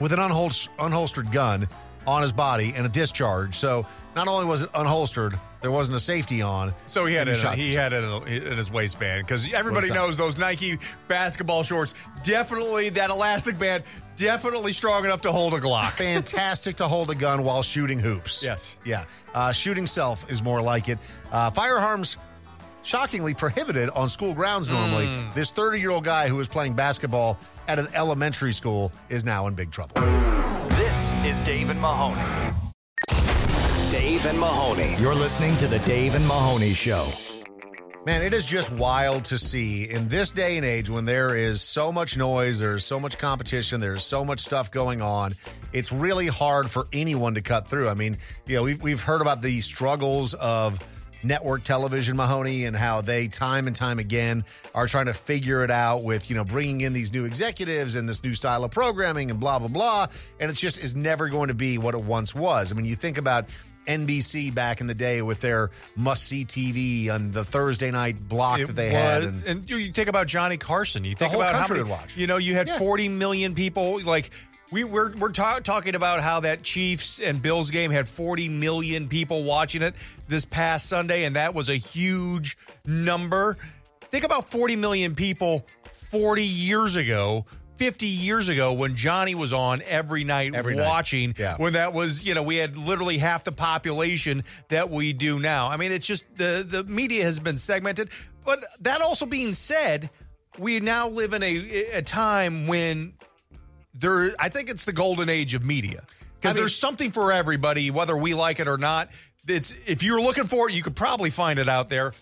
[SPEAKER 3] with an unholst- unholstered gun on his body and a discharge. So not only was it unholstered, there wasn't a safety on.
[SPEAKER 4] So he had
[SPEAKER 3] and
[SPEAKER 4] it.
[SPEAKER 3] shot
[SPEAKER 4] He had it in his waistband because everybody
[SPEAKER 3] What's up?
[SPEAKER 4] knows those Nike basketball shorts. Definitely that elastic band. Definitely strong enough to hold a Glock.
[SPEAKER 3] Fantastic to hold a gun while shooting hoops.
[SPEAKER 4] Yes.
[SPEAKER 3] Yeah. Uh, shooting self is more like it. Uh, firearms, shockingly prohibited on school grounds normally.
[SPEAKER 4] Hmm.
[SPEAKER 3] This 30 year old guy who was playing basketball at an elementary school is now in big trouble.
[SPEAKER 2] This is Dave and Mahoney.
[SPEAKER 11] Dave and Mahoney.
[SPEAKER 2] You're listening to The Dave and Mahoney Show.
[SPEAKER 3] Man, it is just wild to see in this day and age when there is so much noise, there's so much competition, there's so much stuff going on. It's really hard for anyone to cut through. I mean, you know, we've, we've heard about the struggles of network television, Mahoney, and how they time and time again are trying to figure it out with, you know, bringing in these new executives and this new style of programming and blah, blah, blah. And it just is never going to be what it once was. I mean, you think about NBC back in the day with their must see TV on the Thursday night block that they had.
[SPEAKER 4] was-
[SPEAKER 3] And
[SPEAKER 4] you, you think about Johnny Carson. You think
[SPEAKER 3] whole
[SPEAKER 4] about
[SPEAKER 3] country
[SPEAKER 4] how many,
[SPEAKER 3] would watch.
[SPEAKER 4] You know, you had
[SPEAKER 3] Yeah.
[SPEAKER 4] 40 million people. Like we we're we're ta- talking about how that Chiefs and Bills game had 40 million people watching it this past Sunday, and that was a huge number. Think about 40 million people 40 years ago. 50 years ago when Johnny was on every night
[SPEAKER 3] Every night.
[SPEAKER 4] watching
[SPEAKER 3] Yeah.
[SPEAKER 4] when that was you know we had literally half the population that we do now i mean it's just the the media has been segmented but that also being said we now live in a a time when there i think it's the golden age of media because there's something for everybody whether we like it or not it's if you're looking for it you could probably find it out there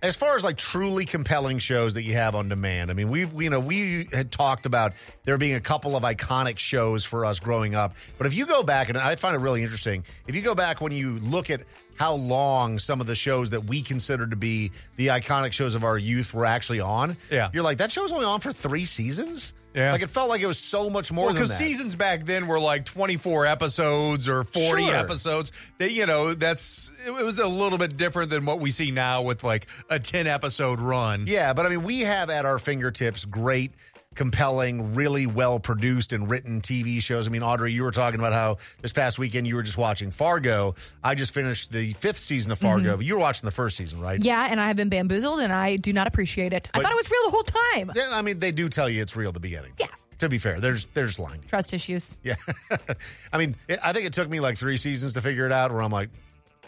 [SPEAKER 3] as far as like truly compelling shows that you have on demand, I mean, we've, you know, we had talked about there being a couple of iconic shows for us growing up. But if you go back, and I find it really interesting, if you go back when you look at how long some of the shows that we consider to be the iconic shows of our youth were actually on,
[SPEAKER 4] Yeah.
[SPEAKER 3] you're like, that show's only on for three seasons?
[SPEAKER 4] Yeah.
[SPEAKER 3] Like it felt like it was so much more
[SPEAKER 4] Well,
[SPEAKER 3] than
[SPEAKER 4] because
[SPEAKER 3] that.
[SPEAKER 4] seasons back then were like 24 episodes or 40
[SPEAKER 3] Sure.
[SPEAKER 4] episodes. They, you know, that's it was a little bit different than what we see now with like a 10 episode run.
[SPEAKER 3] Yeah, but I mean, we have at our fingertips great, compelling, really well produced and written TV shows. I mean, Audrey, you were talking about how this past weekend you were just watching Fargo. I just finished the fifth season of Fargo, but you were watching the first season, right?
[SPEAKER 5] Yeah, and I have been bamboozled, and I do not appreciate it. I
[SPEAKER 3] But-
[SPEAKER 5] thought it was real the whole time.
[SPEAKER 3] Yeah, I mean, they do tell you it's real at the beginning. Yeah. To be fair, they're just, they're just lying.
[SPEAKER 5] Trust issues.
[SPEAKER 3] Yeah. I mean, it, I think it took me like three seasasons to figure it out where I'm like,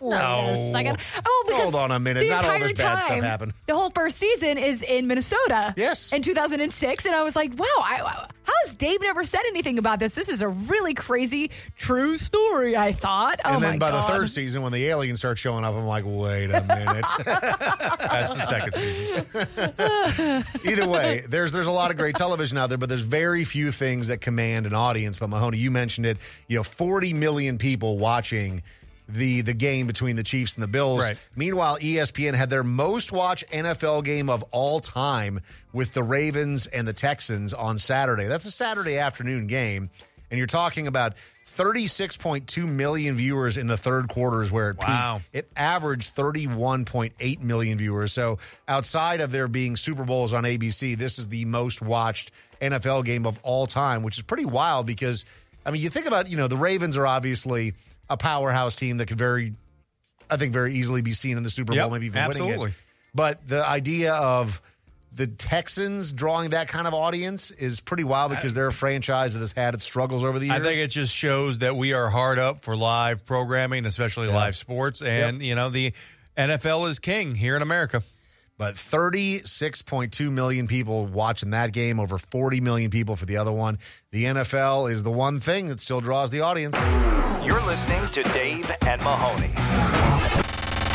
[SPEAKER 3] no.
[SPEAKER 5] Wait a second. Oh, because
[SPEAKER 3] Hold on a minute.
[SPEAKER 5] the
[SPEAKER 3] Not all
[SPEAKER 5] entire
[SPEAKER 3] this bad stuff
[SPEAKER 5] time,
[SPEAKER 3] happened.
[SPEAKER 5] The whole first season is in Minnesota.
[SPEAKER 3] Yes.
[SPEAKER 5] In 2006, and I was like, wow, I, how has Dave never said anything about this? This is a really crazy true story. I thought. Oh
[SPEAKER 3] and
[SPEAKER 5] my
[SPEAKER 3] then by
[SPEAKER 5] God.
[SPEAKER 3] the third season, when the aliens start showing up, I'm like, wait a minute.
[SPEAKER 4] That's the second season.
[SPEAKER 3] Either way, there's there's a lot of great television out there, but there's very few things that command an audience. But Mahoney, you mentioned it. You know, 40 million people watching the the game between the Chiefs and the Bills.
[SPEAKER 4] Right.
[SPEAKER 3] Meanwhile, E ESPN had their most watched NFL game of all time with the Ravens and the Texans on Saturday. That's a Saturday afternoon game, and you're talking about 36.2 million viewers in the third quarter is where it
[SPEAKER 4] Wow.
[SPEAKER 3] peaked it averaged 31.8 million viewers. So outside of there being Super Bowls on ABC, this is the most watched NFL game of all time, which is pretty wild because I mean, you think about, you know, the Ravens are obviously a powerhouse team that could very I think very easily be seen in the Super Bowl,
[SPEAKER 4] Yep,
[SPEAKER 3] maybe even winning
[SPEAKER 4] absolutely.
[SPEAKER 3] it. But the idea of the Texans drawing that kind of audience is pretty wild because they're a franchise that has had its struggles over the years.
[SPEAKER 4] I think it just shows that we are hard up for live programming, especially live sports. And, you know, the NFL is king here in America.
[SPEAKER 3] But 36.2 million people watching that game, over 40 million people for the other one. The NFL is the one thing that still draws the audience.
[SPEAKER 2] You're listening to Dave and Mahoney.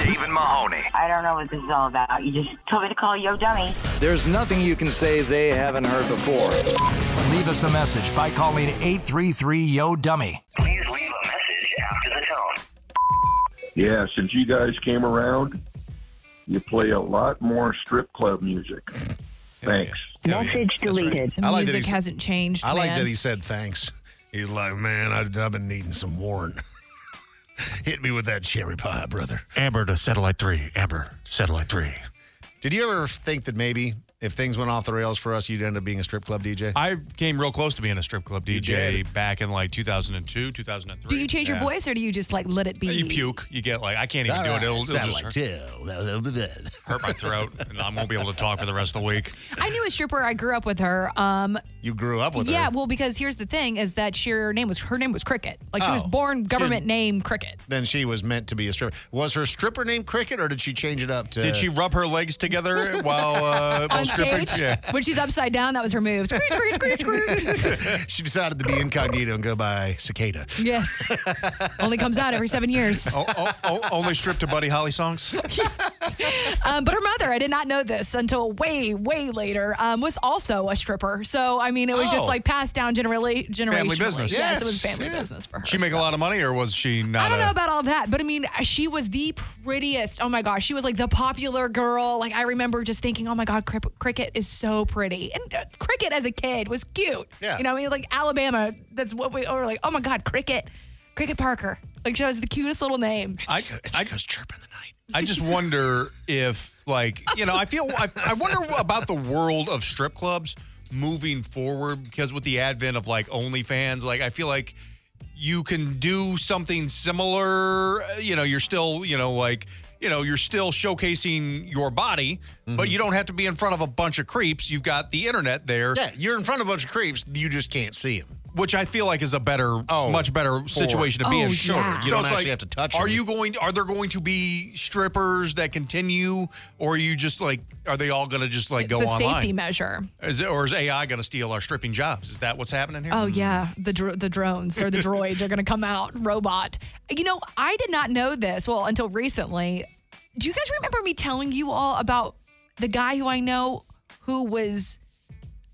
[SPEAKER 10] Dave and Mahoney.
[SPEAKER 12] I don't know what this is all about. You just told me to call yo dummy.
[SPEAKER 11] There's nothing you can say they haven't heard before.
[SPEAKER 2] Leave us a message by calling 833 Yo Dummy.
[SPEAKER 7] Please leave a message after the tone.
[SPEAKER 13] Yeah, since you guys came around, you play a lot more strip club music. Thanks.
[SPEAKER 6] Message deleted.
[SPEAKER 5] The music hasn't changed.
[SPEAKER 3] I like
[SPEAKER 5] man.
[SPEAKER 3] that he said thanks. He's like, man, I've, I've been needing some Warren. Hit me with that cherry pie, brother.
[SPEAKER 14] Amber to Satellite 3. Amber, Satellite 3.
[SPEAKER 3] Did you ever think that maybe if things went off the rails for us, you'd end up being a strip club DJ?
[SPEAKER 4] I came real close to being a strip club DJ back in like 2002, 2003.
[SPEAKER 5] Do you change
[SPEAKER 4] Yeah.
[SPEAKER 5] your voice or do you just like let it be?
[SPEAKER 4] You puke. You get like I can't even
[SPEAKER 5] All
[SPEAKER 4] do
[SPEAKER 5] right,
[SPEAKER 4] it. It'll, it'll just
[SPEAKER 5] satellite
[SPEAKER 4] hurt,
[SPEAKER 3] two.
[SPEAKER 4] hurt my throat, and I won't be able to talk for the rest of the week.
[SPEAKER 5] I knew a stripper. I grew up with her. Um,
[SPEAKER 3] You grew up with
[SPEAKER 5] yeah,
[SPEAKER 3] her.
[SPEAKER 5] well, because here's the thing: is that she, her name was her name was Cricket. Like she was
[SPEAKER 3] Oh.
[SPEAKER 5] born
[SPEAKER 3] She-
[SPEAKER 5] government name Cricket.
[SPEAKER 3] Then she was meant to be a stripper. Was her stripper name Cricket, or did she change it up to?
[SPEAKER 4] Did she rub her legs together while, uh, while
[SPEAKER 5] On
[SPEAKER 4] stripping?
[SPEAKER 5] stage, when she's upside down, that was her move. Screech, screech, screech, screech.
[SPEAKER 3] she decided to be incognito and go by Cicada.
[SPEAKER 5] Yes, only comes out every seven years.
[SPEAKER 4] Oh, oh, oh, only stripped to Buddy Holly songs.
[SPEAKER 5] Um, but her mother, I did not know this until way, way later, um, was also a stripper. So I mean, it was
[SPEAKER 4] Oh.
[SPEAKER 5] just like passed down generally, generationally.
[SPEAKER 4] Family business.
[SPEAKER 5] Yes, it was family business for her.
[SPEAKER 4] She make a lot of money, or was she not?
[SPEAKER 5] I don't
[SPEAKER 4] a-
[SPEAKER 5] know about all that, but I mean, she was the prettiest. Oh my gosh, she was like the popular girl. Like I remember just thinking, oh my god, Cri- Cricket is so pretty, and uh, Cricket as a kid was cute.
[SPEAKER 15] Yeah.
[SPEAKER 5] you know, I mean, like Alabama. That's what we or like. Oh my god, Cricket, Cricket Parker. Like she was the cutest little name.
[SPEAKER 4] I, I goes chirping the night. I just wonder if, like, you know, I feel I, I wonder about the world of strip clubs moving forward because with the advent of like OnlyFans, like I feel like you can do something similar. uh, You know, you're still, you know, like. You know, you're still showcasing your body, but you don't have to be in front of a bunch of creeps. You've got the internet there.
[SPEAKER 3] Yeah, you're in front of a bunch of creeps. You just can't see them.
[SPEAKER 4] Which I feel like is a better, much better situation to be
[SPEAKER 5] Oh,
[SPEAKER 4] in.
[SPEAKER 3] Sure, you
[SPEAKER 4] Oh, So
[SPEAKER 3] don't
[SPEAKER 4] it's
[SPEAKER 3] actually
[SPEAKER 4] like,
[SPEAKER 3] have to touch.
[SPEAKER 4] Are
[SPEAKER 3] 'em.
[SPEAKER 4] you going? Are there going to be strippers that continue, or are you just like? Are they all going to just like
[SPEAKER 5] it's
[SPEAKER 4] go
[SPEAKER 5] a
[SPEAKER 4] online?
[SPEAKER 5] safety measure.
[SPEAKER 4] Is it, or is AI going to steal our stripping jobs? Is that what's happening
[SPEAKER 3] Uh,
[SPEAKER 4] here?
[SPEAKER 5] Oh yeah, the dr- the drones or the droids are going to come out robot. You know, I did not know this well until recently. Do you guys remember me telling you all about the guy who I know who was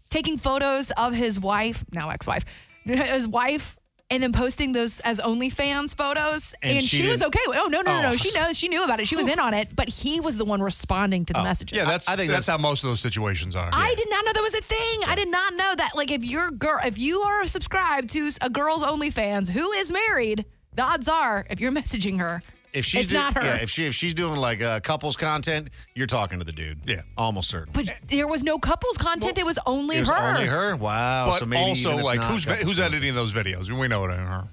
[SPEAKER 5] taking photos of his wife, now ex-wife, his wife and then posting those as OnlyFans photos,
[SPEAKER 15] And
[SPEAKER 5] and,
[SPEAKER 15] she
[SPEAKER 5] she, was
[SPEAKER 15] didn't-
[SPEAKER 5] okay. with- Oh no, no, no,
[SPEAKER 4] Oh.
[SPEAKER 5] no! She knows, she knew about it. She was in on it, but he was the one responding to the messages.
[SPEAKER 4] Yeah, that's. I, think that's,
[SPEAKER 3] that's-
[SPEAKER 4] how most of those situations are.
[SPEAKER 5] I did not know that was a thing. I did not know that. Like, if your girl, if you are subscribed to a girl's OnlyFans who is married, the odds are, if you're messaging her,
[SPEAKER 3] If she's
[SPEAKER 5] it's
[SPEAKER 3] do-
[SPEAKER 5] not her.
[SPEAKER 3] Yeah, if she if she's doing like uh, couples content, you're talking to the dude. Yeah, almost certain.
[SPEAKER 5] but there was no couples content. it was only
[SPEAKER 3] it was
[SPEAKER 5] her.
[SPEAKER 3] only her. Wow.
[SPEAKER 4] But
[SPEAKER 3] so maybe
[SPEAKER 4] also,
[SPEAKER 3] even if
[SPEAKER 4] like,
[SPEAKER 3] not,
[SPEAKER 4] who's
[SPEAKER 3] couples
[SPEAKER 4] who's
[SPEAKER 3] content.
[SPEAKER 4] editing those videos? We know it ain't her.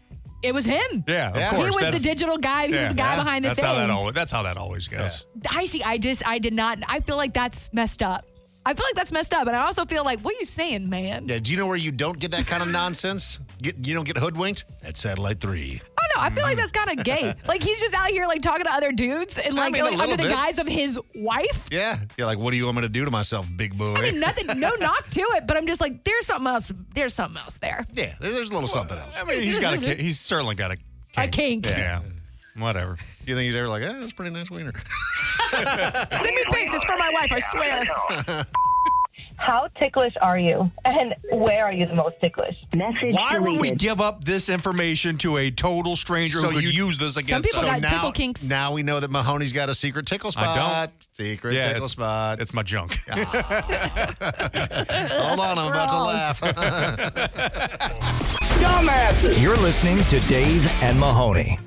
[SPEAKER 5] It was him.
[SPEAKER 4] Yeah, of
[SPEAKER 5] He
[SPEAKER 4] course.
[SPEAKER 5] was the
[SPEAKER 4] That's-
[SPEAKER 5] digital guy. He was the guy behind the
[SPEAKER 4] that's
[SPEAKER 5] thing.
[SPEAKER 4] How that always, that's how that always goes.
[SPEAKER 5] I see. I just, I did not. I feel like that's messed up. I feel like that's messed up, and I also feel like, what are you saying, man?
[SPEAKER 3] Yeah, do you know where you don't get that kind of nonsense? Get, you don't get hoodwinked at Satellite 3.
[SPEAKER 5] Oh no, I feel like that's kind of gay. Like he's just out here like talking to other dudes and like,
[SPEAKER 3] mean, a
[SPEAKER 5] like, under
[SPEAKER 3] little
[SPEAKER 5] the
[SPEAKER 3] bit.
[SPEAKER 5] guise of his wife.
[SPEAKER 3] Yeah. You're like, what do you want me to do to myself, big boy?
[SPEAKER 5] I mean, nothing, no knock to it, but I'm just like, there's something else. There's something else there.
[SPEAKER 3] yeah, there- there's a little something else.
[SPEAKER 4] I mean, he's got a. ki- He's certainly got a.
[SPEAKER 5] A kink.
[SPEAKER 4] Yeah. Whatever.
[SPEAKER 3] You think he's ever like, eh, that's a pretty nice wiener.
[SPEAKER 5] Send me pics. It's for my wife. I swear.
[SPEAKER 1] How ticklish are you? And where are you the most ticklish?
[SPEAKER 6] Message
[SPEAKER 4] Why would we give up this information to a total stranger
[SPEAKER 3] So
[SPEAKER 4] who could
[SPEAKER 3] you-
[SPEAKER 4] use this against us?
[SPEAKER 5] got tickle kinks.
[SPEAKER 3] Now we know that Mahoney's got a secret tickle
[SPEAKER 4] I
[SPEAKER 3] spot.
[SPEAKER 4] don't.
[SPEAKER 3] Secret
[SPEAKER 4] Yeah,
[SPEAKER 3] tickle
[SPEAKER 4] it's-
[SPEAKER 3] spot.
[SPEAKER 4] It's my junk.
[SPEAKER 3] Hold on, I'm about to laugh.
[SPEAKER 2] You're listening to Dave and Mahoney.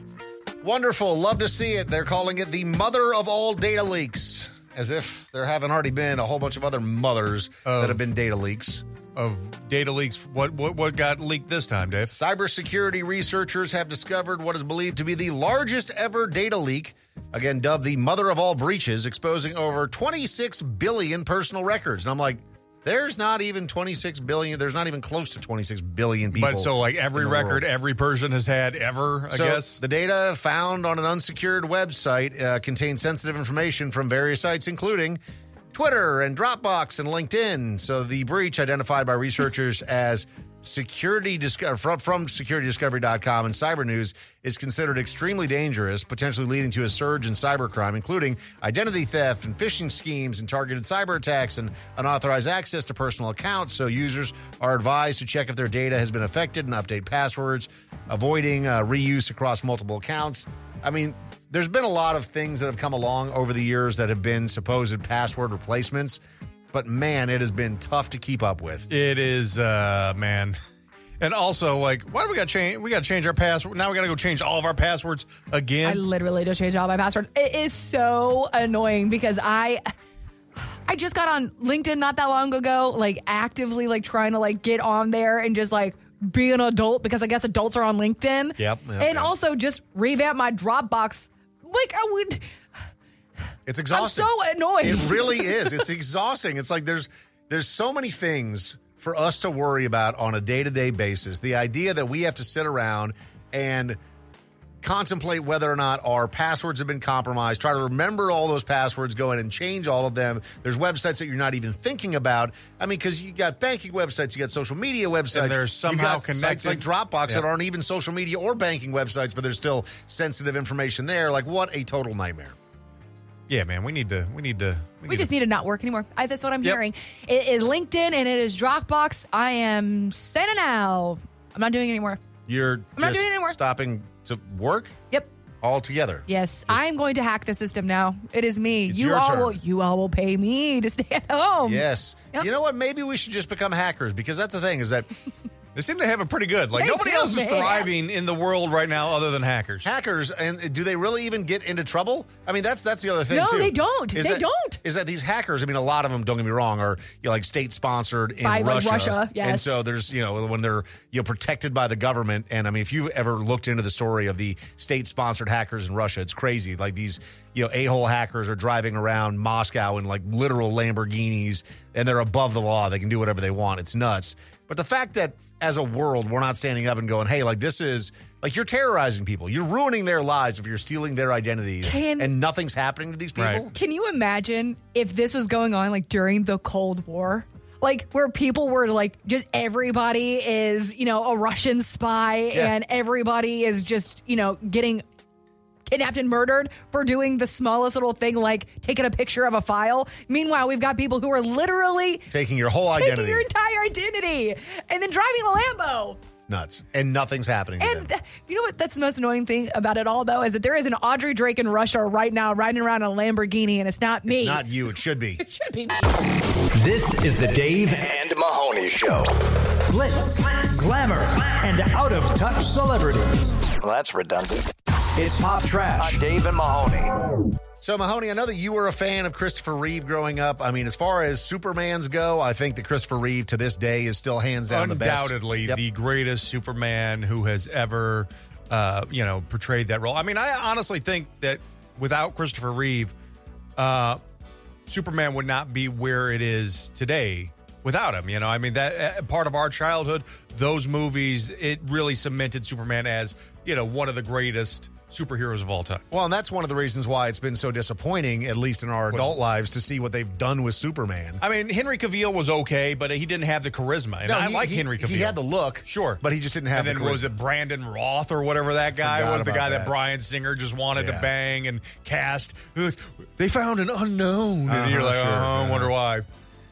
[SPEAKER 3] Wonderful. Love to see it. They're calling it the mother of all data leaks, as if there haven't already been a whole bunch of other mothers that have been data leaks.
[SPEAKER 4] Of data leaks, what, what what got leaked this time, Dave?
[SPEAKER 3] Cybersecurity researchers have discovered what is believed to be the largest ever data leak, again dubbed the mother of all breaches, exposing over 26 billion personal records. And I'm like, there's not even 26 billion, there's not even close to 26 billion people.
[SPEAKER 4] But so like every
[SPEAKER 3] in the world.
[SPEAKER 4] record every person has had ever, I
[SPEAKER 3] So,
[SPEAKER 4] guess.
[SPEAKER 3] The data found on an unsecured website uh, contains sensitive information from various sites, including Twitter and Dropbox and LinkedIn. So the breach identified by researchers as security disco- from, from securitydiscovery.com and cyber news is considered extremely dangerous potentially leading to a surge in cybercrime including identity theft and phishing schemes and targeted cyber attacks and unauthorized access to personal accounts so users are advised to check if their data has been affected and update passwords avoiding uh, reuse across multiple accounts I mean, there's been a lot of things that have come along over the years that have been supposed password replacements, but man, it has been tough to keep up with.
[SPEAKER 4] It is, uh, man. And also, like, why do we got to change? We got to change our password. Now we got to go change all of our passwords
[SPEAKER 5] I
[SPEAKER 4] again.
[SPEAKER 5] literally just changed all my password. It is so annoying because I I just got on LinkedIn not that long ago, like actively like trying to like get on there and just like be an adult because I guess adults are on LinkedIn.
[SPEAKER 3] Yep, yep,
[SPEAKER 5] and
[SPEAKER 3] yep.
[SPEAKER 5] also just revamp my Dropbox. Like I would
[SPEAKER 3] It's exhausting.
[SPEAKER 5] so annoyed.
[SPEAKER 3] It really is. It's exhausting. It's like there's there's so many things for us to worry about on a day-to-day basis. The idea that we have to sit around and contemplate whether or not our passwords have been compromised, try to remember all those passwords, go in and change all of them. There's websites that you're not even thinking about. I mean, because you got banking websites, you got social media websites.
[SPEAKER 4] they're
[SPEAKER 3] you
[SPEAKER 4] somehow
[SPEAKER 3] got sites like
[SPEAKER 4] connected.
[SPEAKER 3] Dropbox that
[SPEAKER 4] Yeah.
[SPEAKER 3] aren't even social media or banking websites, but there's still sensitive information there. Like, what a total nightmare.
[SPEAKER 4] yeah, man. We need to. We need to.
[SPEAKER 5] we just need to not work anymore. I, that's what I'm
[SPEAKER 4] Yep.
[SPEAKER 5] hearing. It is LinkedIn and it is Dropbox. I am saying it now. I'm not doing it anymore.
[SPEAKER 3] You're
[SPEAKER 5] not
[SPEAKER 3] just
[SPEAKER 5] doing it anymore.
[SPEAKER 3] stopping to work
[SPEAKER 5] Yep.
[SPEAKER 3] altogether.
[SPEAKER 5] Yes, I am going to hack the system now. It is me.
[SPEAKER 3] It's
[SPEAKER 5] you
[SPEAKER 3] your
[SPEAKER 5] all
[SPEAKER 3] turn.
[SPEAKER 5] will you all will pay me to stay at home.
[SPEAKER 3] Yes.
[SPEAKER 5] Yep.
[SPEAKER 3] You know what? Maybe we should just become hackers because that's the thing is that
[SPEAKER 4] They seem to have it pretty good. Like
[SPEAKER 5] They
[SPEAKER 4] nobody
[SPEAKER 5] do,
[SPEAKER 4] else is
[SPEAKER 5] man.
[SPEAKER 4] thriving in the world right now, other than hackers.
[SPEAKER 3] hackers and do they really even get into trouble? I mean, that's that's the other thing.
[SPEAKER 5] No,
[SPEAKER 3] too,
[SPEAKER 5] they don't.
[SPEAKER 3] is
[SPEAKER 5] They
[SPEAKER 3] that-
[SPEAKER 5] don't.
[SPEAKER 3] Is that these hackers? I mean, a lot of them. Don't get me wrong, are you know, like state sponsored in
[SPEAKER 5] By, like,
[SPEAKER 3] Russia.
[SPEAKER 5] Russia,
[SPEAKER 3] And
[SPEAKER 5] yes.
[SPEAKER 3] so there's you know when they're you know protected by the government. And I mean, if you've ever looked into the story of the state sponsored hackers in Russia, it's crazy. Like these you know a hole hackers are driving around Moscow in like literal Lamborghinis, and they're above the law. They can do whatever they want. It's nuts. But the fact that as a world we're not standing up and going, hey, like this is like you're terrorizing people. You're ruining their lives if you're stealing their identities,
[SPEAKER 5] Can-
[SPEAKER 3] and nothing's happening to these people.
[SPEAKER 4] Right.
[SPEAKER 5] Can you imagine if this was going on like during the Cold War? Like where people were like just everybody is, you know, a Russian spy
[SPEAKER 3] Yeah.
[SPEAKER 5] and everybody is just, you know, getting kidnapped and murdered for doing the smallest little thing like taking a picture of a file. Meanwhile, we've got people who are literally
[SPEAKER 3] Taking your whole identity.
[SPEAKER 5] taking your entire identity and then driving a Lambo.
[SPEAKER 3] nuts, and nothing's happening. to
[SPEAKER 5] And
[SPEAKER 3] them.
[SPEAKER 5] th- you know what? That's the most annoying thing about it all, though, is that there is an Audrey Drake in Russia right now riding around in a Lamborghini, and it's not me.
[SPEAKER 3] it's not you. It should be.
[SPEAKER 5] It should be me.
[SPEAKER 2] This is the Dave and Mahoney Show.
[SPEAKER 11] Blitz, glamour, and out of touch celebrities.
[SPEAKER 10] Well, that's redundant.
[SPEAKER 11] It's pop trash.
[SPEAKER 10] Dave and Mahoney.
[SPEAKER 3] So Mahoney, I know that you were a fan of Christopher Reeve growing up. I mean, as far as Superman's go, I think that Christopher Reeve to this day is still hands down the best.
[SPEAKER 4] undoubtedly the greatest Superman who has ever, uh, you know, portrayed that role. I mean, I honestly think that without Christopher Reeve, uh, Superman would not be where it is today without him. You know, I mean, that uh, part of our childhood, those movies, it really cemented Superman as you know one of the greatest superheroes of all time.
[SPEAKER 3] Well, and that's one of the reasons why it's been so disappointing, at least in our adult lives, to see what they've done with Superman.
[SPEAKER 4] I mean, Henry Cavill was okay, but he didn't have the charisma. And I
[SPEAKER 3] he-
[SPEAKER 4] like
[SPEAKER 3] he-
[SPEAKER 4] Henry Cavill.
[SPEAKER 3] He had the look,
[SPEAKER 4] Sure.
[SPEAKER 3] but he just didn't have.
[SPEAKER 4] and then
[SPEAKER 3] the charisma.
[SPEAKER 4] was it Brandon Roth or whatever that guy
[SPEAKER 3] Forgot
[SPEAKER 4] was, the
[SPEAKER 3] about
[SPEAKER 4] guy that.
[SPEAKER 3] that.
[SPEAKER 4] Brian Singer just wanted
[SPEAKER 3] Yeah.
[SPEAKER 4] to bang and cast. Ugh, They found an unknown, and you're
[SPEAKER 3] Uh-huh,
[SPEAKER 4] like,
[SPEAKER 3] sure,
[SPEAKER 4] oh, I
[SPEAKER 3] yeah.
[SPEAKER 4] wonder why.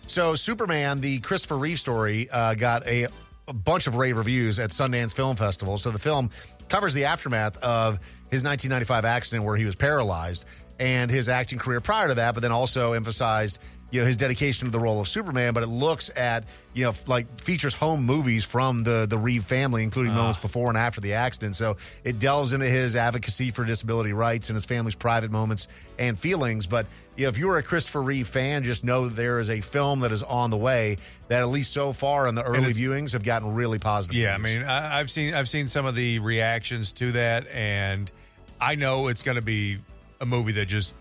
[SPEAKER 3] So Superman, the Christopher Reeve story, uh, got a, a bunch of rave reviews at Sundance Film Festival. So the film covers the aftermath of his 1995 accident where he was paralyzed and his acting career prior to that, but then also emphasized you know his dedication to the role of Superman. But it looks at you know f- like features home movies from the the Reeve family, including
[SPEAKER 4] Ah.
[SPEAKER 3] moments before and after the accident. So it delves into his advocacy for disability rights and his family's private moments and feelings. But you know, if you're a Christopher Reeve fan, just know that there is a film that is on the way that at least so far in the early
[SPEAKER 4] it's-
[SPEAKER 3] viewings have gotten really positive.
[SPEAKER 4] Yeah, I
[SPEAKER 3] reviews.
[SPEAKER 4] mean, I, I've seen I've seen some of the reactions to that, and I know it's going to be a movie that just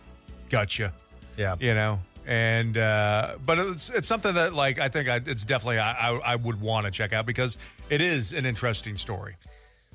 [SPEAKER 4] guts you,
[SPEAKER 3] yeah.
[SPEAKER 4] you know. And uh, but it's it's something that like I think I, it's definitely I I, I would want to check out because it is an interesting story.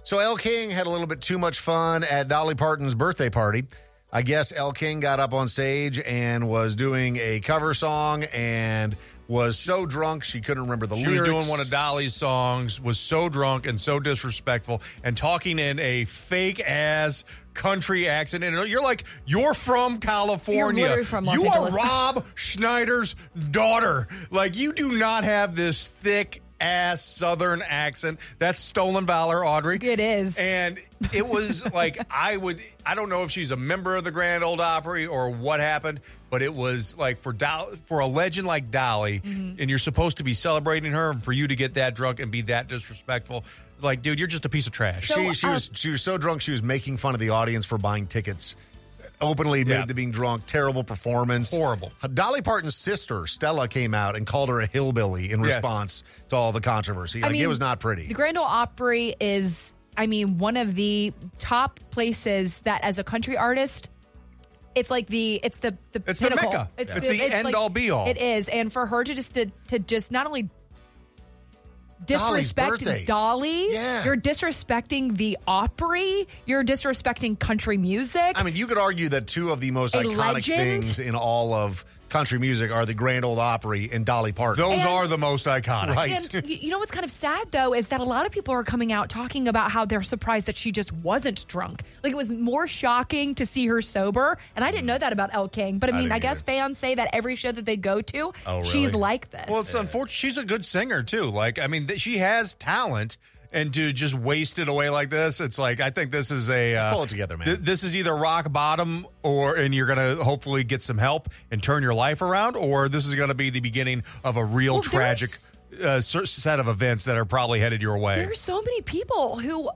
[SPEAKER 3] So L King had a little bit too much fun at Dolly Parton's birthday party. I guess L King got up on stage and was doing a cover song and was so drunk she couldn't remember the
[SPEAKER 4] She
[SPEAKER 3] lyrics.
[SPEAKER 4] was doing one of Dolly's songs, was so drunk and so disrespectful, and talking in a fake ass country accent. And you're like, you're from California.
[SPEAKER 5] literally from Los
[SPEAKER 4] You
[SPEAKER 5] Angeles."
[SPEAKER 4] are Rob Schneider's daughter. Like, you do not have this thick ass Southern accent. That's stolen valor, Audrey.
[SPEAKER 5] It is.
[SPEAKER 4] And it was like I would. I don't know if she's a member of the Grand Old Opry or what happened, but it was like for Dow, for a legend like Dolly, and you're supposed to be celebrating her, and for you to get that drunk and be that disrespectful, like dude, you're just a piece of trash.
[SPEAKER 3] she she was she was so drunk she was making fun of the audience for buying tickets. Openly admitted to being drunk. Terrible performance.
[SPEAKER 4] Horrible.
[SPEAKER 3] Dolly Parton's sister Stella came out and called her a hillbilly in
[SPEAKER 4] Yes.
[SPEAKER 3] response to all the controversy. Like it was not pretty.
[SPEAKER 5] The Grand Ole Opry is, I mean, one of the top places that, as a country artist, it's like the it's the the
[SPEAKER 4] It's the
[SPEAKER 5] pinnacle.
[SPEAKER 4] Mecca. It's the end all be all.
[SPEAKER 5] It is, and for her to just to, to just not only disrespect
[SPEAKER 4] birthday.
[SPEAKER 5] Dolly,
[SPEAKER 4] Yeah.
[SPEAKER 5] you're disrespecting the Opry, you're disrespecting country music.
[SPEAKER 3] I mean, you could argue that two of the most
[SPEAKER 5] A
[SPEAKER 3] iconic
[SPEAKER 5] legend?
[SPEAKER 3] things in all of country music are the Grand Old Opry and Dolly Parton.
[SPEAKER 5] Those And- are the
[SPEAKER 4] most iconic.
[SPEAKER 3] Right.
[SPEAKER 5] And y- you know what's kind of sad though is that a lot of people are coming out talking about how they're surprised that she just wasn't drunk. Like it was more shocking to see her sober, and I didn't know that about El King. But I
[SPEAKER 4] I
[SPEAKER 5] mean,
[SPEAKER 4] didn't
[SPEAKER 5] I, guess fans say that every show that they go to,
[SPEAKER 4] Oh,
[SPEAKER 5] she's
[SPEAKER 4] really?
[SPEAKER 5] like this.
[SPEAKER 4] Well, it's unfortunate. She's a good singer too. Like, I mean, th- she has talent, and to just waste it away like this, it's like I think this is a uh,
[SPEAKER 3] Just pull it together, man.
[SPEAKER 4] th- this is either rock bottom, or and you're gonna hopefully get some help and turn your life around, or this is gonna be the beginning of a real tragic uh, cer- set of events that are probably headed your way.
[SPEAKER 5] There are so many people who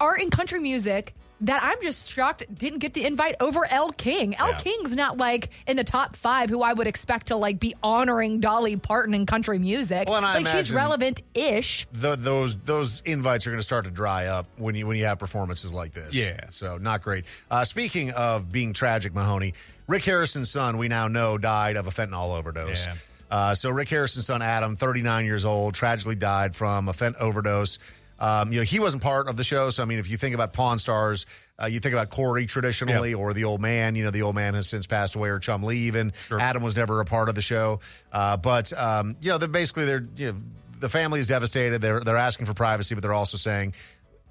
[SPEAKER 5] are in country music that I'm just shocked didn't get the invite over El King. El King's not like in the top five who I would expect to like be honoring Dolly Parton in country music.
[SPEAKER 3] Well, and I
[SPEAKER 5] like she's
[SPEAKER 3] imagine-
[SPEAKER 5] relevant ish.
[SPEAKER 3] Th those those invites are going to start to dry up when you when you have performances like this. Yeah, so not great. Uh, speaking of being tragic, Mahoney, Rick Harrison's son, we now know, died of a fentanyl overdose. Uh, so Rick Harrison's son Adam, 39 years old, tragically died from a fent overdose. Um, you know he wasn't part of the show, so I mean, if you think about Pawn Stars, uh, you think about Corey traditionally, or the old man. You know, the old man has since passed away, or Chum Lee. Even Adam was never a part of the show, uh, but um, you know, they're basically they're you know the family is devastated. They're they're asking for privacy, but they're also saying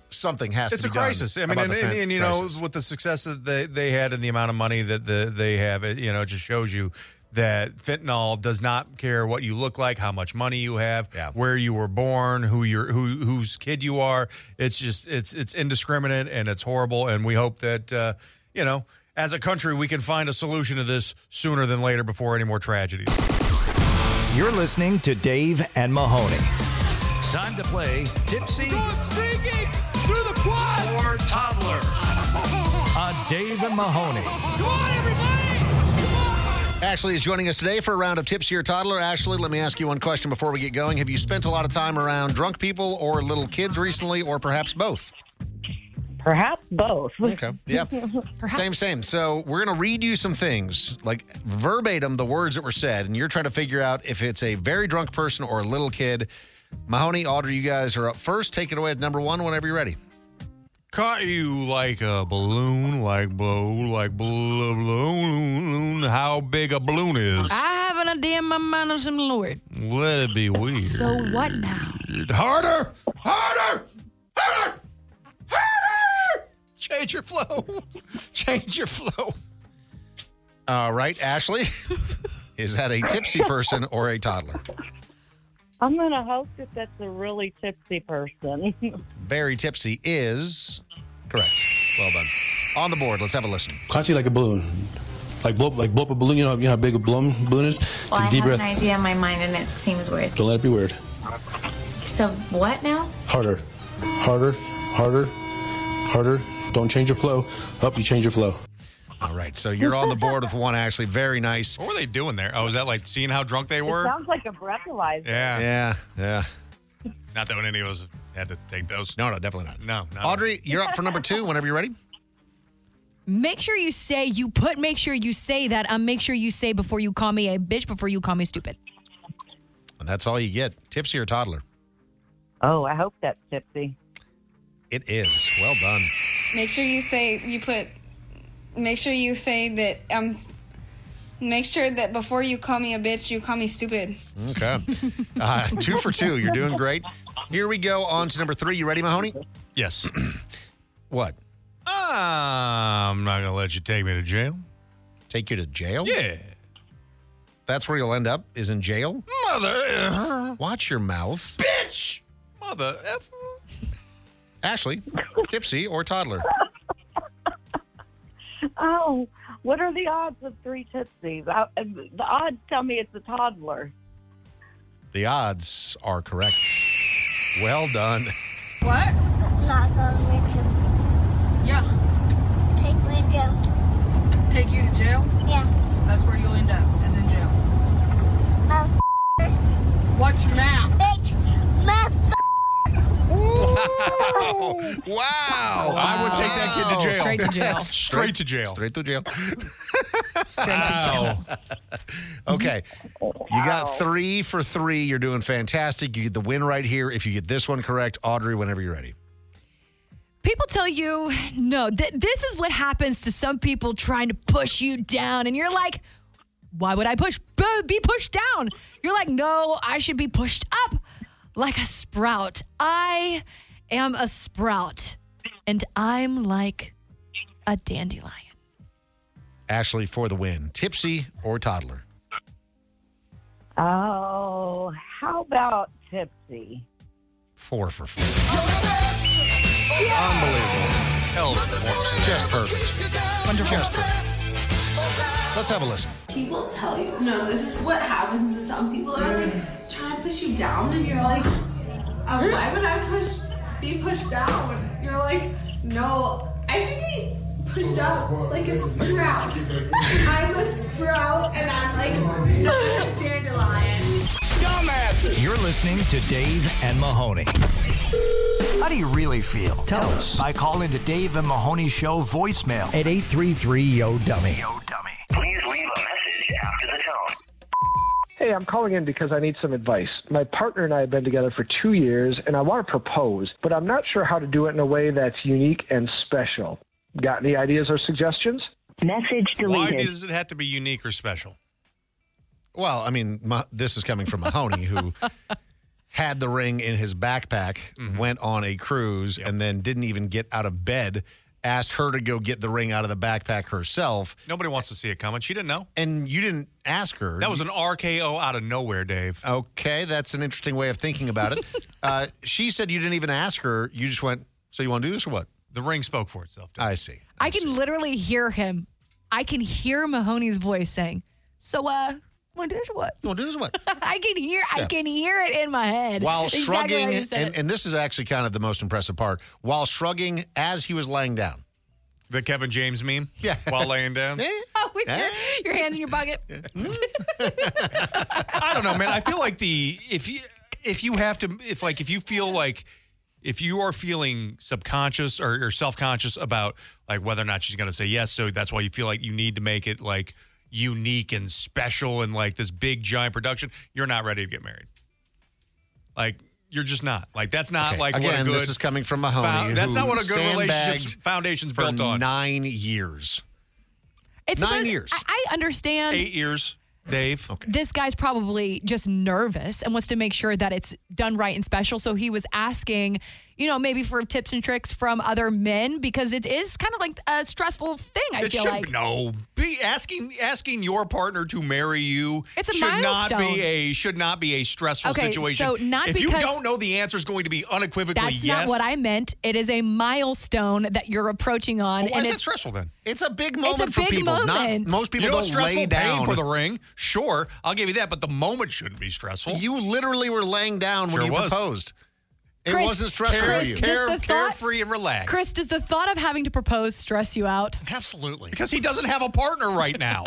[SPEAKER 3] something has
[SPEAKER 4] it's
[SPEAKER 3] to
[SPEAKER 4] a
[SPEAKER 3] be done
[SPEAKER 4] crisis. I mean,
[SPEAKER 3] about
[SPEAKER 4] and,
[SPEAKER 3] the
[SPEAKER 4] and-
[SPEAKER 3] fan-
[SPEAKER 4] and, you know,
[SPEAKER 3] crisis.
[SPEAKER 4] with the success that they, they had and the amount of money that the, they have, it you know, it just shows you that fentanyl does not care what you look like, how much money you have, where you were born, who you're, who whose kid you are. It's just it's it's indiscriminate and it's horrible. And we hope that uh, you know, as a country, we can find a solution to this sooner than later before any more tragedies.
[SPEAKER 2] You're listening to Dave and Mahoney. Time to play Tipsy
[SPEAKER 15] through the quad. Or toddler.
[SPEAKER 2] on Dave and Mahoney.
[SPEAKER 3] Ashley is joining us today for a round of tips here, toddler. Ashley, let me ask you one question before we get going. Have you spent a lot of time around drunk people or little kids recently, or perhaps both?
[SPEAKER 1] Perhaps both.
[SPEAKER 3] Okay. Yeah. Same, same. So we're going to read you some things, like verbatim, the words that were said, and you're trying to figure out if it's a very drunk person or a little kid. Mahoney, Audrey, you guys are up first. Take it away at number one whenever you're ready.
[SPEAKER 4] Caught you like a balloon, like blow, like blow, balloon. How big a balloon is?
[SPEAKER 5] I have an idea in my mind of some Lord.
[SPEAKER 4] Let it be weird.
[SPEAKER 5] So what now?
[SPEAKER 4] Harder! Harder! Harder! Harder! Change your flow. Change your flow.
[SPEAKER 3] All right, Ashley. Is that a tipsy person or a toddler?
[SPEAKER 16] I'm going to hope that that's a really tipsy person.
[SPEAKER 3] Very tipsy is correct. Well done. On the board, let's have a listen.
[SPEAKER 17] Caught you like a balloon. Like blow, like blow up a balloon. You know, you know how big a balloon balloon is. Take
[SPEAKER 18] Well,
[SPEAKER 17] a
[SPEAKER 18] I
[SPEAKER 17] deep
[SPEAKER 18] have
[SPEAKER 17] breath.
[SPEAKER 18] an idea in my mind, and it seems weird.
[SPEAKER 17] Don't let it be weird.
[SPEAKER 18] So what now?
[SPEAKER 17] Harder, harder, harder, harder. Don't change your flow. Up, you change your flow.
[SPEAKER 3] All right, so you're on the board with one, Ashley. Very nice.
[SPEAKER 4] What were they doing there? Oh, was that like seeing how drunk they
[SPEAKER 16] It
[SPEAKER 4] were?
[SPEAKER 16] sounds like a breathalyzer.
[SPEAKER 4] Yeah.
[SPEAKER 3] Yeah, yeah.
[SPEAKER 4] Not that any of us had to take those.
[SPEAKER 3] No, no, definitely not.
[SPEAKER 4] No, not
[SPEAKER 3] Audrey, you're up for number two whenever you're ready.
[SPEAKER 5] Make sure you say you put. Make sure you say that. Um, make sure you say before you call me a bitch. Before you call me stupid.
[SPEAKER 3] And that's all you get. Tipsy or toddler?
[SPEAKER 16] Oh, I hope that's tipsy.
[SPEAKER 3] It is. Well done.
[SPEAKER 19] Make sure you say you put. Make sure you say that um. Make sure that before you call me a bitch, you call me stupid.
[SPEAKER 3] Okay. Uh, two for two. You're doing great. Here we go on to number three. You ready, Mahoney?
[SPEAKER 4] Yes.
[SPEAKER 3] what?
[SPEAKER 4] I'm not going to let you take me to jail.
[SPEAKER 3] Take you to jail?
[SPEAKER 4] Yeah.
[SPEAKER 3] That's where you'll end up, is in jail?
[SPEAKER 4] Mother.
[SPEAKER 3] Watch your mouth. bitch!
[SPEAKER 4] Mother F.
[SPEAKER 3] Ashley, tipsy or toddler?
[SPEAKER 16] Oh, what are the odds of three tipsies? I, uh, the odds tell me it's a toddler.
[SPEAKER 3] The odds are correct. Well done.
[SPEAKER 20] What? Not going to Yeah. Take me to jail. Take you to jail? Yeah. That's where you'll end up, is in jail. Watch your mouth. Um, Bitch,
[SPEAKER 3] Wow. I would take that kid to jail.
[SPEAKER 4] Straight to jail. Straight to jail.
[SPEAKER 3] Straight to jail.
[SPEAKER 4] Wow.
[SPEAKER 3] Okay. You got three for three. You're doing fantastic. You get the win right here. If you get this one correct, Audrey, whenever you're ready.
[SPEAKER 5] People tell you, no, th- this is what happens to some people trying to push you down. And you're like, why would I push, bu- be pushed down? You're like, no, I should be pushed up like a sprout. I am a sprout. And I'm like a dandelion.
[SPEAKER 3] Ashley for the win. Tipsy or toddler?
[SPEAKER 16] Oh, how about tipsy?
[SPEAKER 3] Four for four. Unbelievable. Hell of a performance. Just perfect. Just perfect. Let's have a listen.
[SPEAKER 21] People tell you, no, this is what happens to some people. They're like trying to push you down, and you're like, uh, why would I push be pushed down? You're like, no, I should be pushed up like a sprout. I'm a sprout, and I'm like not a dandelion.
[SPEAKER 2] You're listening to Dave and Mahoney. How do you really feel? Tell, us. by calling the Dave and Mahoney Show voicemail at 833 Yo Dummy.
[SPEAKER 7] Please leave a message after the tone.
[SPEAKER 22] Hey, I'm calling in because I need some advice. My partner and I have been together for two years, and I want to propose, but I'm not sure how to do it in a way that's unique and special. Got any ideas or suggestions? Message
[SPEAKER 4] Why does it have to be unique or special?
[SPEAKER 3] Well, I mean, Ma- this is coming from Mahoney, who had the ring in his backpack,
[SPEAKER 5] Mm-hmm.
[SPEAKER 3] went on a cruise, and then didn't even get out of bed. Asked her to go get the ring out of the backpack herself.
[SPEAKER 4] Nobody wants to see it coming. She didn't know.
[SPEAKER 3] And you didn't ask her.
[SPEAKER 4] That was an RKO out of nowhere, Dave.
[SPEAKER 3] Okay, that's an interesting way of thinking about it. uh, she said you didn't even ask her. You just went, So you want to do this or what?
[SPEAKER 4] The ring spoke for itself.
[SPEAKER 3] I see.
[SPEAKER 5] I can literally hear him. I can hear Mahoney's voice saying, "So, uh, want to do this or what?
[SPEAKER 3] You want to do this or what?"
[SPEAKER 5] I can hear. I
[SPEAKER 3] Yeah.
[SPEAKER 5] can hear it in my head.
[SPEAKER 3] While
[SPEAKER 5] Exactly how
[SPEAKER 3] shrugging,
[SPEAKER 5] you said
[SPEAKER 3] and,
[SPEAKER 5] it.
[SPEAKER 3] and this is actually kind of the most impressive part, while shrugging as he was laying down.
[SPEAKER 4] The Kevin James meme? Yeah. While laying down?
[SPEAKER 5] Oh, with
[SPEAKER 3] Eh?
[SPEAKER 5] your, your hands in your pocket.
[SPEAKER 4] I don't know, man. I feel like the if you if you have to if like if you feel like if you are feeling subconscious or, or self conscious about like whether or not she's going to say yes, so that's why you feel like you need to make it like unique and special and like this big giant production. You're not ready to get married. Like you're just not. Like that's not
[SPEAKER 3] Okay,
[SPEAKER 4] like what a
[SPEAKER 3] again,
[SPEAKER 4] good,
[SPEAKER 3] this is coming from Mahoney.
[SPEAKER 4] found- that's
[SPEAKER 3] who
[SPEAKER 4] not what a good
[SPEAKER 3] sandbagged
[SPEAKER 4] relationship foundation's
[SPEAKER 3] for
[SPEAKER 4] built on.
[SPEAKER 3] Nine years.
[SPEAKER 5] It's
[SPEAKER 3] Nine
[SPEAKER 5] about-
[SPEAKER 3] years.
[SPEAKER 5] I, I understand.
[SPEAKER 4] Eight years, Dave. Okay.
[SPEAKER 5] This guy's probably just nervous and wants to make sure that it's done right and special. So he was asking, you know, maybe for tips and tricks from other men because it is kind of like a stressful thing. I
[SPEAKER 4] it
[SPEAKER 5] feel
[SPEAKER 4] should
[SPEAKER 5] like
[SPEAKER 4] no be asking asking your partner to marry you.
[SPEAKER 5] It's a
[SPEAKER 4] should not
[SPEAKER 5] milestone.
[SPEAKER 4] be a should not be a stressful
[SPEAKER 5] Okay,
[SPEAKER 4] situation.
[SPEAKER 5] so not
[SPEAKER 4] if you
[SPEAKER 5] because-
[SPEAKER 4] don't know the answer is going to be unequivocally
[SPEAKER 5] That's
[SPEAKER 4] yes.
[SPEAKER 5] not what I meant. It is a milestone that you're approaching on.
[SPEAKER 4] Well, why
[SPEAKER 5] and
[SPEAKER 4] is that
[SPEAKER 5] it's-
[SPEAKER 4] stressful then?
[SPEAKER 3] It's a big
[SPEAKER 5] It's a
[SPEAKER 3] moment for
[SPEAKER 5] big
[SPEAKER 3] people. Not-
[SPEAKER 5] moment.
[SPEAKER 3] most people
[SPEAKER 4] you know
[SPEAKER 3] don't
[SPEAKER 4] it's stressful
[SPEAKER 3] lay down
[SPEAKER 4] paying for the ring. Sure, I'll give you that, but the moment shouldn't be stressful.
[SPEAKER 3] You literally were laying down
[SPEAKER 4] Sure
[SPEAKER 3] when you
[SPEAKER 4] was.
[SPEAKER 3] proposed. It
[SPEAKER 5] Chris,
[SPEAKER 3] wasn't stressful
[SPEAKER 5] Chris,
[SPEAKER 3] for you.
[SPEAKER 5] does the thought-
[SPEAKER 4] carefree and relaxed.
[SPEAKER 5] Chris, does the thought of having to propose stress you out?
[SPEAKER 14] Absolutely.
[SPEAKER 4] because he doesn't have a partner right now.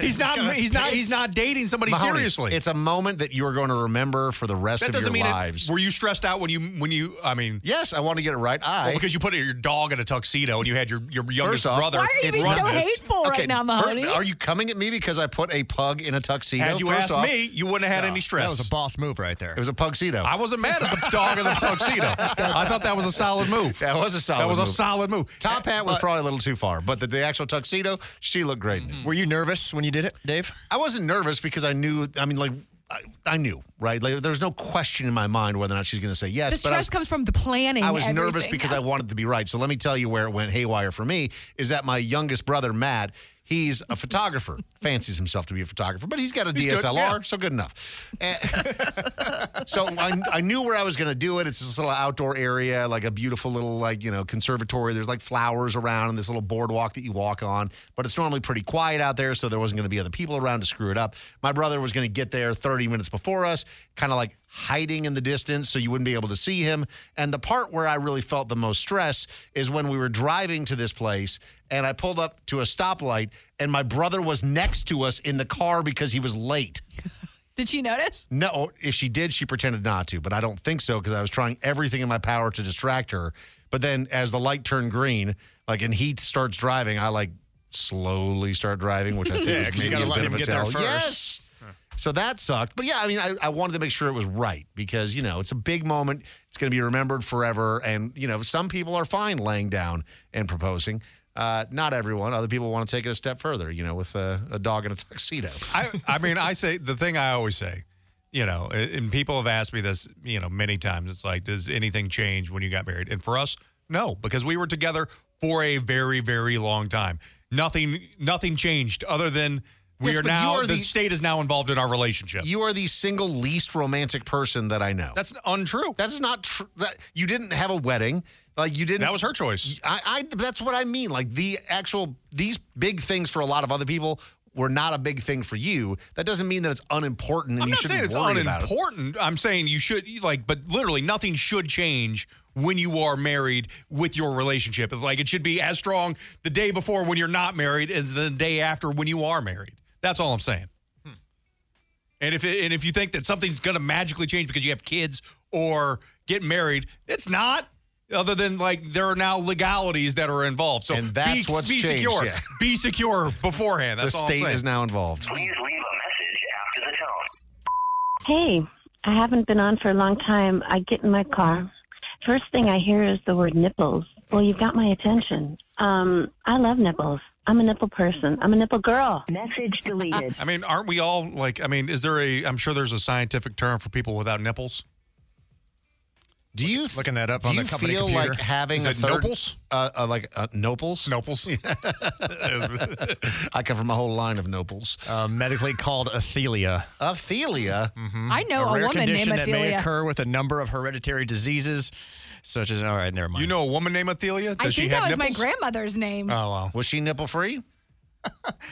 [SPEAKER 4] he's not.
[SPEAKER 3] gonna-
[SPEAKER 4] he's not.
[SPEAKER 3] it's-
[SPEAKER 4] He's not dating somebody
[SPEAKER 3] Mahoney,
[SPEAKER 4] seriously.
[SPEAKER 3] It's a moment that you are going to remember for the rest
[SPEAKER 4] that
[SPEAKER 3] of your
[SPEAKER 4] doesn't mean.
[SPEAKER 3] lives.
[SPEAKER 4] It, were you stressed out when you when you? I mean,
[SPEAKER 3] yes, I want to get it right. I
[SPEAKER 4] Well, because you put your dog in a tuxedo and you had your, your youngest
[SPEAKER 3] First off,
[SPEAKER 4] brother.
[SPEAKER 5] Why are you
[SPEAKER 4] it's
[SPEAKER 5] being so
[SPEAKER 4] run this.
[SPEAKER 5] hateful right now,
[SPEAKER 3] fir-
[SPEAKER 5] Mahoney?
[SPEAKER 3] are you coming at me because I put a pug in a tuxedo?
[SPEAKER 4] Had you
[SPEAKER 3] First
[SPEAKER 4] asked
[SPEAKER 3] off,
[SPEAKER 4] me, you wouldn't have had any stress.
[SPEAKER 14] That was a boss move right there.
[SPEAKER 3] it was a pugcedo.
[SPEAKER 4] I wasn't mad at the dog in the tuxedo. I thought that was a solid move.
[SPEAKER 3] That was a solid.
[SPEAKER 4] That was a
[SPEAKER 3] move.
[SPEAKER 4] solid move.
[SPEAKER 3] Top hat was
[SPEAKER 14] But-
[SPEAKER 3] probably a little too far, but the, the actual tuxedo, she looked great.
[SPEAKER 4] Mm-hmm.
[SPEAKER 3] in it.
[SPEAKER 14] Were you nervous when you did it, Dave?
[SPEAKER 3] I wasn't nervous because I knew. I mean, like I, I knew, right? Like there was no question in my mind whether or not she's going to say yes.
[SPEAKER 5] the
[SPEAKER 3] but I
[SPEAKER 5] stress
[SPEAKER 3] was,
[SPEAKER 5] comes from the planning.
[SPEAKER 3] I was nervous
[SPEAKER 5] everything.
[SPEAKER 3] because I wanted it to be right. So let me tell you where it went haywire for me is that my youngest brother Matt. He's a photographer, fancies himself to be a photographer, but he's got a
[SPEAKER 4] He's good,
[SPEAKER 3] DSLR,
[SPEAKER 4] yeah.
[SPEAKER 3] so good enough. And- so I, I knew where I was going to do it. It's this little outdoor area, like a beautiful little, like, you know, conservatory. There's like flowers around and this little boardwalk that you walk on, but it's normally pretty quiet out there, so there wasn't going to be other people around to screw it up. My brother was going to get there 30 minutes before us, kind of like hiding in the distance so you wouldn't be able to see him. And the part where I really felt the most stress is when we were driving to this place and I pulled up to a stoplight and my brother was next to us in the car because he was late.
[SPEAKER 5] Did she notice?
[SPEAKER 3] No, if she did, she pretended not to, but I don't think so because I was trying everything in my power to distract her. But then as the light turned green, like and he starts driving, I like slowly start driving, which I think
[SPEAKER 4] Yeah,
[SPEAKER 3] is
[SPEAKER 4] 'cause you
[SPEAKER 3] maybe
[SPEAKER 4] gotta
[SPEAKER 3] a
[SPEAKER 4] let
[SPEAKER 3] bit of
[SPEAKER 4] him
[SPEAKER 3] a
[SPEAKER 4] get there
[SPEAKER 3] tell.
[SPEAKER 4] first.
[SPEAKER 3] Yes. So that sucked. But yeah, I mean, I, I wanted to make sure it was right because, you know, it's a big moment. It's going to be remembered forever. And, you know, some people are fine laying down and proposing. Uh, not everyone. Other people want to take it a step further, you know, with a, a dog in a tuxedo.
[SPEAKER 4] I, I mean, I say the thing I always say, you know, and people have asked me this, you know, many times. It's like, does anything change when you got married? And for us, no, because we were together for a very, very long time. Nothing, nothing changed other than we
[SPEAKER 3] Yes,
[SPEAKER 4] are
[SPEAKER 3] but you
[SPEAKER 4] now.
[SPEAKER 3] are the-
[SPEAKER 4] the, state is now involved in our relationship.
[SPEAKER 3] You are the single least romantic person that I know.
[SPEAKER 4] That's untrue.
[SPEAKER 3] That is not true. That you didn't have a wedding. Like you didn't.
[SPEAKER 4] That was her choice.
[SPEAKER 3] I, I. That's what I mean. Like the actual these big things for a lot of other people were not a big thing for you. That doesn't mean that it's unimportant. And
[SPEAKER 4] I'm
[SPEAKER 3] you
[SPEAKER 4] not
[SPEAKER 3] shouldn't
[SPEAKER 4] saying it's
[SPEAKER 3] worry about it.
[SPEAKER 4] unimportant. I'm saying you should you like, but literally nothing should change when you are married with your relationship. It's like it should be as strong the day before when you're not married as the day after when you are married. That's all I'm saying. And if it, and if you think that something's going to magically change because you have kids or get married, it's not. Other than like there are now legalities that are involved. So
[SPEAKER 3] And that's
[SPEAKER 4] be,
[SPEAKER 3] what's
[SPEAKER 4] be
[SPEAKER 3] changed,
[SPEAKER 4] secure.
[SPEAKER 3] yeah.
[SPEAKER 4] Be secure beforehand.
[SPEAKER 3] The
[SPEAKER 4] That's all I'm
[SPEAKER 3] state
[SPEAKER 4] saying.
[SPEAKER 3] is now involved.
[SPEAKER 7] Please leave a message after the tone.
[SPEAKER 6] Hey, I haven't been on for a long time. I get in my car. First thing I hear is the word nipples. Well, you've got my attention. Um, I love nipples. I'm a nipple person. I'm a nipple girl. Message deleted.
[SPEAKER 4] I mean, aren't we all like? I mean, is there a? I'm sure there's a scientific term for people without nipples.
[SPEAKER 3] Do you th-
[SPEAKER 14] Looking that up
[SPEAKER 3] do
[SPEAKER 14] on
[SPEAKER 3] you
[SPEAKER 14] the company
[SPEAKER 3] feel
[SPEAKER 14] computer.
[SPEAKER 3] like having
[SPEAKER 14] Is
[SPEAKER 3] a
[SPEAKER 14] it
[SPEAKER 3] third,
[SPEAKER 14] Nopals?
[SPEAKER 3] Uh, uh, like uh, nopals?
[SPEAKER 4] Nopals.
[SPEAKER 3] I cover my whole line of nopals.
[SPEAKER 14] Uh, medically called athelia.
[SPEAKER 3] Athelia.
[SPEAKER 5] I know a,
[SPEAKER 14] a rare
[SPEAKER 5] woman named
[SPEAKER 14] condition that may
[SPEAKER 5] Ophelia.
[SPEAKER 14] occur with a number of hereditary diseases, such as. All right, never mind.
[SPEAKER 4] You know a woman named Athelia?
[SPEAKER 5] I think that was my grandmother's name.
[SPEAKER 4] Oh wow.
[SPEAKER 3] Was she nipple free?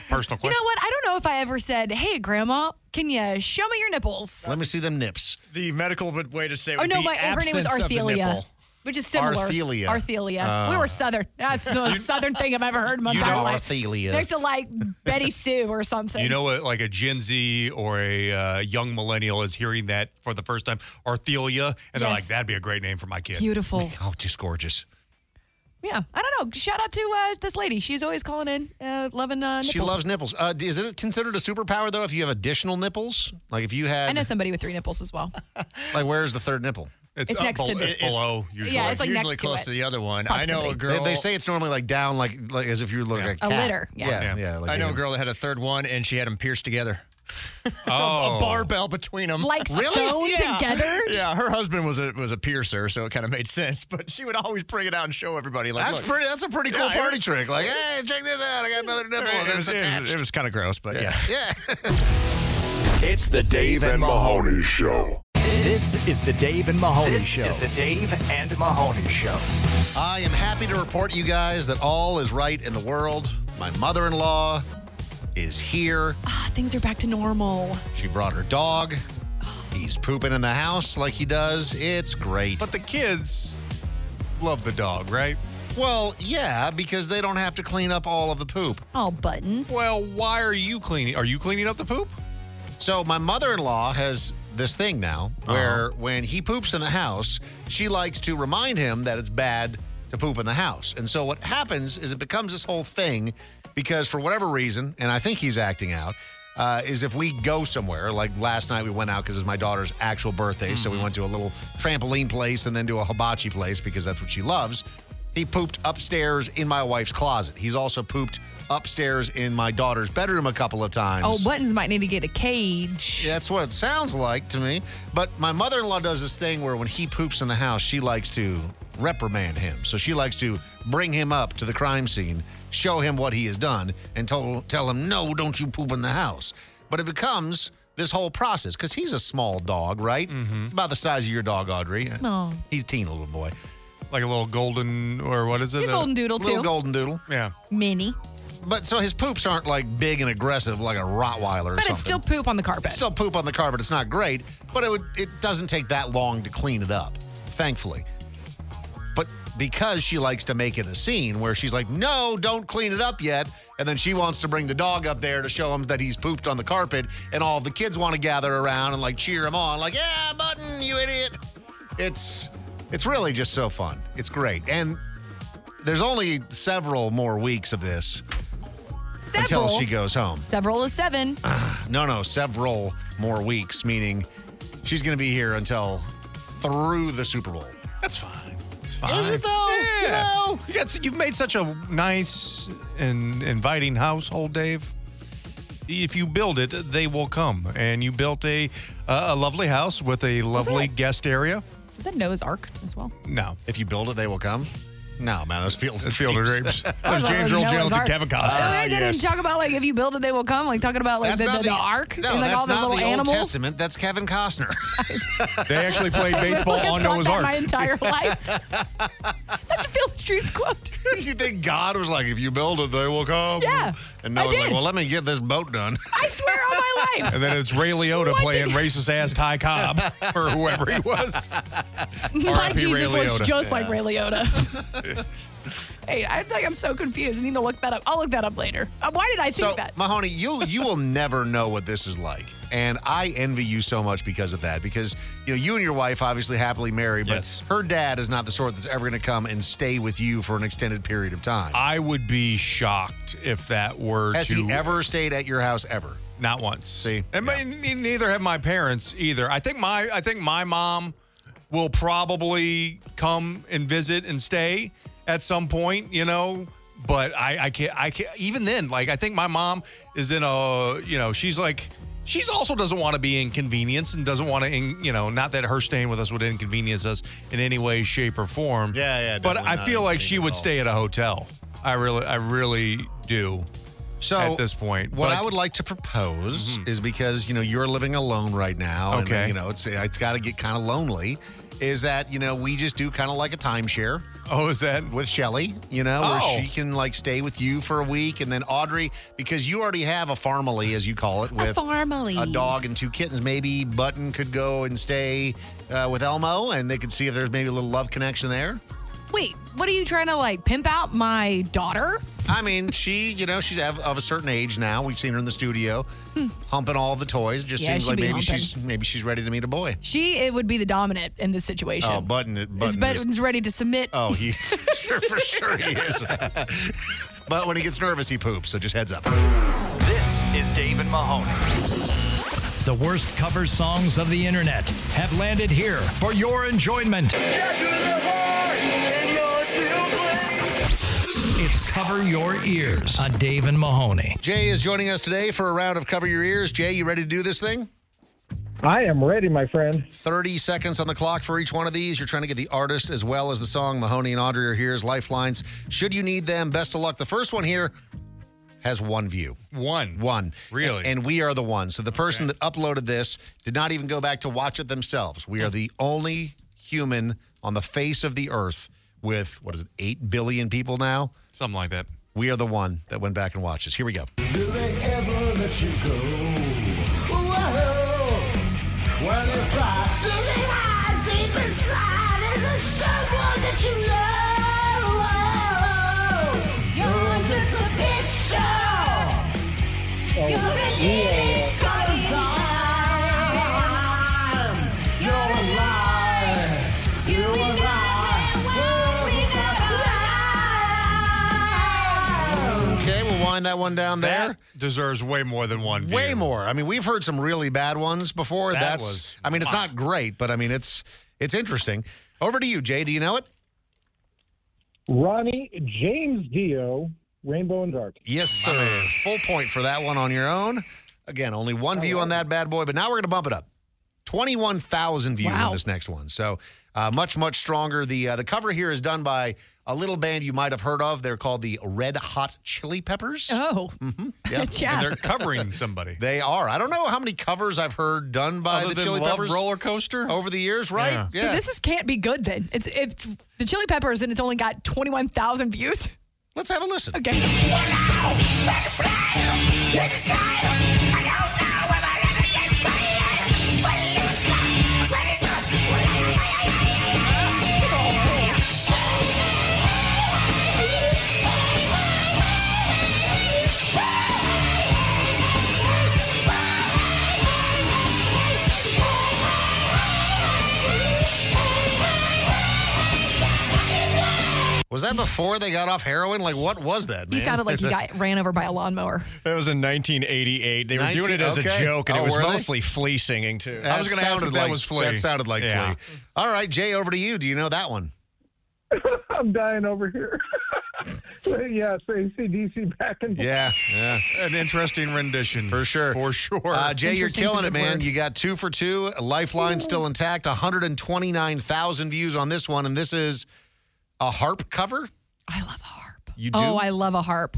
[SPEAKER 4] Personal
[SPEAKER 5] you
[SPEAKER 4] question.
[SPEAKER 5] know what? I don't know if I ever said, "Hey, grandma, can you show me your nipples?"
[SPEAKER 3] Let me see them nips.
[SPEAKER 14] The medical would- way to say.
[SPEAKER 5] Oh
[SPEAKER 14] would
[SPEAKER 5] no,
[SPEAKER 14] be
[SPEAKER 5] my her name was
[SPEAKER 14] absence of the
[SPEAKER 5] Arthelia,
[SPEAKER 14] nipple.
[SPEAKER 5] which is similar.
[SPEAKER 3] Arthelia.
[SPEAKER 5] Arthelia. we
[SPEAKER 3] Oh.
[SPEAKER 5] were Southern. That's the most Southern thing I've ever heard in my
[SPEAKER 4] You
[SPEAKER 5] entire
[SPEAKER 4] know
[SPEAKER 5] life.
[SPEAKER 4] Arthelia.
[SPEAKER 5] Next to like Betty Sue or something.
[SPEAKER 4] You know what? Like a Gen Z or a uh, young millennial is hearing that for the first time. Arthelia, and they're
[SPEAKER 5] Yes.
[SPEAKER 4] like, "That'd be a great name for my kid."
[SPEAKER 5] Beautiful.
[SPEAKER 3] Oh, just gorgeous.
[SPEAKER 5] Yeah, I don't know. Shout out to uh, this lady. She's always calling in, uh, loving uh, nipples.
[SPEAKER 3] She loves nipples. Uh, d- is it considered a superpower though if you have additional nipples? Like if you had,
[SPEAKER 5] I know somebody with three nipples as well.
[SPEAKER 3] like where's the third nipple?
[SPEAKER 5] It's It's up next to bel- the- it's below, Yeah, usually. it's like
[SPEAKER 14] usually
[SPEAKER 5] next to
[SPEAKER 14] close
[SPEAKER 5] it.
[SPEAKER 14] to, the other one. I know a
[SPEAKER 5] Proximity.
[SPEAKER 14] girl.
[SPEAKER 3] They, they say it's normally like down, like like as if you were looking at a
[SPEAKER 5] A
[SPEAKER 3] cat.
[SPEAKER 5] litter, yeah.
[SPEAKER 3] yeah. yeah, like
[SPEAKER 14] I
[SPEAKER 3] they
[SPEAKER 14] know a
[SPEAKER 3] do.
[SPEAKER 14] girl that had a third one and she had them pierced together.
[SPEAKER 4] Oh.
[SPEAKER 14] a barbell between them,
[SPEAKER 5] Like Really? sewn together?
[SPEAKER 14] Yeah, her husband was a was a piercer, so it kind of made sense. But she would always bring it out and show everybody. Like,
[SPEAKER 3] That's
[SPEAKER 14] look.
[SPEAKER 3] pretty. That's a pretty cool
[SPEAKER 14] Yeah, it-
[SPEAKER 3] party trick. Like, hey, check this out. I got another nipple. and
[SPEAKER 14] It
[SPEAKER 3] it's
[SPEAKER 14] was, it was-
[SPEAKER 3] attached.
[SPEAKER 14] it was kind of gross, but yeah.
[SPEAKER 2] It's the Dave and Mahoney Show. This is the Dave and Mahoney
[SPEAKER 11] This
[SPEAKER 2] Show.
[SPEAKER 11] is the
[SPEAKER 2] Dave and Mahoney Show.
[SPEAKER 3] I am happy to report, you guys, that all is right in the world. My mother-in-law is here.
[SPEAKER 5] Ah, things are back to normal.
[SPEAKER 3] She brought her dog. He's pooping in the house like he does. It's great.
[SPEAKER 4] But the kids love the dog, right?
[SPEAKER 3] Well, yeah, because they don't have to clean up all of the poop.
[SPEAKER 5] All Oh, buttons.
[SPEAKER 4] Well, why are you cleaning? Are you cleaning up the poop?
[SPEAKER 3] So my mother-in-law has this thing now where when he poops in the house, she likes to remind him that it's bad to poop in the house. And so what happens is it becomes this whole thing because for whatever reason, and I think he's acting out, uh, is if we go somewhere, like last night we went out because it was my daughter's actual birthday, so we went to a little trampoline place and then to a hibachi place because that's what she loves. He pooped upstairs in my wife's closet. He's also pooped upstairs in my daughter's bedroom a couple of times.
[SPEAKER 5] Oh, buttons might need to get a cage.
[SPEAKER 3] Yeah, That's what it sounds like to me. But my mother in law does this thing where when he poops in the house, she likes to reprimand him. So she likes to bring him up to the crime scene, show him what he has done, and told, tell him, no, don't you poop in the house. But it becomes this whole process because he's a small dog, right? It's about the size of your dog, Audrey.
[SPEAKER 5] Small.
[SPEAKER 3] He's teen little boy.
[SPEAKER 4] Like a little golden, or what is it?
[SPEAKER 5] He's a golden doodle,
[SPEAKER 3] Little
[SPEAKER 5] too.
[SPEAKER 3] golden doodle.
[SPEAKER 4] Yeah.
[SPEAKER 5] Mini.
[SPEAKER 3] But so his poops aren't like big and aggressive like a Rottweiler or
[SPEAKER 5] But
[SPEAKER 3] something.
[SPEAKER 5] it's still poop on the carpet.
[SPEAKER 3] It's still poop on the carpet. It's not great, but it would it doesn't take that long to clean it up, thankfully. But because she likes to make it a scene where she's like, "No, don't clean it up yet," and then she wants to bring the dog up there to show him that he's pooped on the carpet, and all the kids want to gather around and like cheer him on, like, "Yeah, button, you idiot!" It's it's really just so fun. It's great, and there's only several more weeks of this until
[SPEAKER 5] Several?
[SPEAKER 3] she goes home.
[SPEAKER 5] Several is seven.
[SPEAKER 3] No, no, several more weeks, meaning she's going to be here until through the Super Bowl.
[SPEAKER 4] That's fine. It's fine.
[SPEAKER 3] Is it though?
[SPEAKER 4] Yeah.
[SPEAKER 3] You know?
[SPEAKER 4] You got, you've made such a nice and inviting household, Dave. If you build it, they will come. And you built a uh, a lovely house with a lovely guest area.
[SPEAKER 5] Is that Noah's Ark as well?
[SPEAKER 4] No.
[SPEAKER 3] If you build it, they will come. No, man, those field
[SPEAKER 4] That's Field of Dreams. There's
[SPEAKER 5] That
[SPEAKER 4] James
[SPEAKER 5] was
[SPEAKER 4] Earl
[SPEAKER 5] Noah's
[SPEAKER 4] Jones
[SPEAKER 5] Ark.
[SPEAKER 4] and Kevin Costner.
[SPEAKER 5] Oh, I didn't talk about like if you build it, they will come. Like talking about like
[SPEAKER 3] Uh, That's
[SPEAKER 5] the,
[SPEAKER 3] not
[SPEAKER 5] the, the ark
[SPEAKER 3] No,
[SPEAKER 5] and like
[SPEAKER 3] that's
[SPEAKER 5] all the
[SPEAKER 3] not
[SPEAKER 5] little
[SPEAKER 3] the
[SPEAKER 5] animals.
[SPEAKER 3] Old Testament. That's Kevin Costner.
[SPEAKER 4] They actually played
[SPEAKER 5] I've been
[SPEAKER 4] baseball
[SPEAKER 5] looking
[SPEAKER 4] on
[SPEAKER 5] for
[SPEAKER 4] Noah's
[SPEAKER 5] that
[SPEAKER 4] Ark.
[SPEAKER 5] My entire life. that's a Field of Dreams quote.
[SPEAKER 3] you think God was like, if you build it, they will come?
[SPEAKER 5] Yeah,
[SPEAKER 3] And
[SPEAKER 5] I
[SPEAKER 3] Noah's like,
[SPEAKER 5] did.
[SPEAKER 3] well, let me get this boat done.
[SPEAKER 5] I swear on my life.
[SPEAKER 4] And then it's Ray Liotta playing racist ass Ty Cobb or whoever he was.
[SPEAKER 5] My
[SPEAKER 4] R.I.P. Ray
[SPEAKER 5] Jesus looks
[SPEAKER 4] Liotta.
[SPEAKER 5] just like Ray Liotta. hey, I'm like I'm so confused. I need to look that up. I'll look that up later. Uh, why did I think
[SPEAKER 3] so,
[SPEAKER 5] that?
[SPEAKER 3] Mahoney, you you will never know what this is like, and I envy you so much because of that. Because you know, you and your wife obviously happily married, but her dad is not the sort that's ever going to come and stay with you for an extended period of time.
[SPEAKER 4] I would be shocked if that were
[SPEAKER 3] Has
[SPEAKER 4] to
[SPEAKER 3] he ever stayed at your house ever?
[SPEAKER 4] Not once. See, and my- ne- neither have my parents either. I think my I think my mom will probably come and visit and stay at some point. You know. But I, I can't. I can't. Even then, like I think my mom is in a. You know, she's like, she's also doesn't want to be inconvenienced and doesn't want to. In, you know, not that her staying with us would inconvenience us in any way, shape, or form.
[SPEAKER 3] Yeah, yeah.
[SPEAKER 4] But
[SPEAKER 3] definitely
[SPEAKER 4] I
[SPEAKER 3] not
[SPEAKER 4] feel like she
[SPEAKER 3] inconvenient
[SPEAKER 4] would
[SPEAKER 3] at all.
[SPEAKER 4] stay at a hotel. I really, I really do.
[SPEAKER 3] So
[SPEAKER 4] at this point,
[SPEAKER 3] Oh, What
[SPEAKER 4] But-
[SPEAKER 3] I would like to propose is because you know you're living alone right now. and,
[SPEAKER 4] Okay.
[SPEAKER 3] you know it's it's got to get kind of lonely. Is that you know we just do kind of like a timeshare.
[SPEAKER 4] Oh, is that
[SPEAKER 3] with Shelly? You know
[SPEAKER 4] Oh.
[SPEAKER 3] where she can like stay with you for a week, and then Audrey because you already have a farmily as you call it with
[SPEAKER 5] farmily.
[SPEAKER 3] a dog and two kittens. Maybe Button could go and stay uh, with Elmo, and they could see if there's maybe a little love connection there.
[SPEAKER 5] Wait, what are you trying to like pimp out my daughter?
[SPEAKER 3] I mean, she, you know, she's of, of a certain age now. We've seen her in the studio humping all the toys. Just
[SPEAKER 5] Yeah,
[SPEAKER 3] seems
[SPEAKER 5] she
[SPEAKER 3] like
[SPEAKER 5] be
[SPEAKER 3] maybe
[SPEAKER 5] humping.
[SPEAKER 3] she's maybe she's ready to meet a boy.
[SPEAKER 5] She it would be the dominant in this situation.
[SPEAKER 3] Oh, button it,
[SPEAKER 5] His
[SPEAKER 3] button. is-
[SPEAKER 5] button's ready to submit.
[SPEAKER 3] oh, he sure, for sure he is. but when he gets nervous, he poops. So just heads up.
[SPEAKER 2] This is Dave and Mahoney. The worst cover songs of the internet have landed here for your enjoyment. It's Cover Your Ears on Dave and Mahoney.
[SPEAKER 3] Jay is joining us today for a round of cover your ears. Jay, you ready to do this thing?
[SPEAKER 8] I am ready, my friend.
[SPEAKER 3] 30 seconds on the clock for each one of these. You're trying to get the artist as well as the song. Mahoney and Audrey are here as lifelines. Should you need them, best of luck. The first one here has one view.
[SPEAKER 4] One.
[SPEAKER 3] One.
[SPEAKER 4] Really?
[SPEAKER 3] And, and we are the one. So the person that uploaded this did not even go back to watch it themselves. We are the only human on the face of the earth with, what is it, 8 billion people now?
[SPEAKER 4] Something like that.
[SPEAKER 3] We are the one that went back and watched this. Here we go.
[SPEAKER 15] Do they ever let you go? Whoa, when you try. Do they hide deep inside? Is there someone that you know? You're just a picture.
[SPEAKER 8] Oh,
[SPEAKER 15] You're an idiot. You're a lie. You're a lie.
[SPEAKER 3] Okay, we'll wind that one down there.
[SPEAKER 4] deserves way more than one.
[SPEAKER 3] Way more. I mean, we've heard some really bad ones before.
[SPEAKER 4] That
[SPEAKER 3] That's
[SPEAKER 4] was
[SPEAKER 3] I mean, it's not great, but I mean, it's it's interesting. Over to you, Jay. Do you know it?
[SPEAKER 8] Ronnie James Dio, Rainbow and Dark.
[SPEAKER 3] Yes, sir. Full point for that one on your own. Again, only one view on that bad boy, but now we're going to bump it up. 21,000 views on this next one. So Uh, much, much stronger. The uh, the cover here is done by a little band you might have heard of. They're called the Red Hot Chili Peppers.
[SPEAKER 5] Oh.
[SPEAKER 3] Mm-hmm.
[SPEAKER 5] Yeah.
[SPEAKER 4] they're covering somebody.
[SPEAKER 3] They are. I don't know how many covers I've heard done by
[SPEAKER 4] Other
[SPEAKER 3] the
[SPEAKER 4] than
[SPEAKER 3] Chili
[SPEAKER 4] Love
[SPEAKER 3] Peppers
[SPEAKER 4] Roller Coaster
[SPEAKER 3] over the years, right? Yeah.
[SPEAKER 5] So this is can't be good then. It's it's the Chili Peppers and it's only got twenty one thousand views.
[SPEAKER 3] Let's have a listen.
[SPEAKER 5] Okay.
[SPEAKER 3] Was that before they got off heroin? Like, what was that?
[SPEAKER 5] He
[SPEAKER 3] man?
[SPEAKER 5] sounded like he
[SPEAKER 3] That's-
[SPEAKER 5] got ran over by a lawnmower.
[SPEAKER 14] That was in 1988. They were
[SPEAKER 3] 19
[SPEAKER 14] doing it as
[SPEAKER 3] okay.
[SPEAKER 14] a joke, and
[SPEAKER 3] Oh,
[SPEAKER 14] it was
[SPEAKER 3] were they?
[SPEAKER 14] mostly flea singing too.
[SPEAKER 3] That
[SPEAKER 14] I was going to ask
[SPEAKER 3] sounded
[SPEAKER 14] if
[SPEAKER 3] like-
[SPEAKER 14] that was flea.
[SPEAKER 3] That sounded like
[SPEAKER 14] Yeah.
[SPEAKER 3] flea. All right, Jay, over to you. Do you know that one?
[SPEAKER 8] I'm dying over here. yeah, so ACDC back and
[SPEAKER 3] Yeah, yeah.
[SPEAKER 4] An interesting rendition.
[SPEAKER 3] For sure.
[SPEAKER 4] For sure.
[SPEAKER 3] Uh, Jay, you're
[SPEAKER 8] Interesting's
[SPEAKER 3] killing
[SPEAKER 8] a
[SPEAKER 3] it,
[SPEAKER 8] good
[SPEAKER 3] man.
[SPEAKER 8] word.
[SPEAKER 3] You got two for two. Lifeline still intact. 129,000 views on this one, and this is a harp cover.
[SPEAKER 5] I love
[SPEAKER 3] a harp. You do.
[SPEAKER 5] Oh, I love a harp.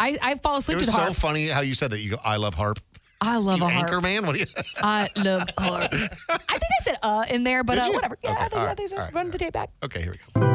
[SPEAKER 5] I, I fall
[SPEAKER 3] it
[SPEAKER 5] asleep to
[SPEAKER 3] was
[SPEAKER 5] the
[SPEAKER 3] so
[SPEAKER 5] harp.
[SPEAKER 3] funny how you said that. You go, I love harp.
[SPEAKER 5] I love
[SPEAKER 3] you
[SPEAKER 5] a harp.
[SPEAKER 3] anchor man. What do you?
[SPEAKER 5] I love harp. I think I said uh in there, but
[SPEAKER 3] Did
[SPEAKER 5] uh,
[SPEAKER 3] you?
[SPEAKER 5] whatever. Yeah,
[SPEAKER 3] Okay,
[SPEAKER 5] I think
[SPEAKER 3] all
[SPEAKER 5] I
[SPEAKER 3] right,
[SPEAKER 5] think so.
[SPEAKER 3] all right,
[SPEAKER 5] run the tape back.
[SPEAKER 3] Okay, here we go.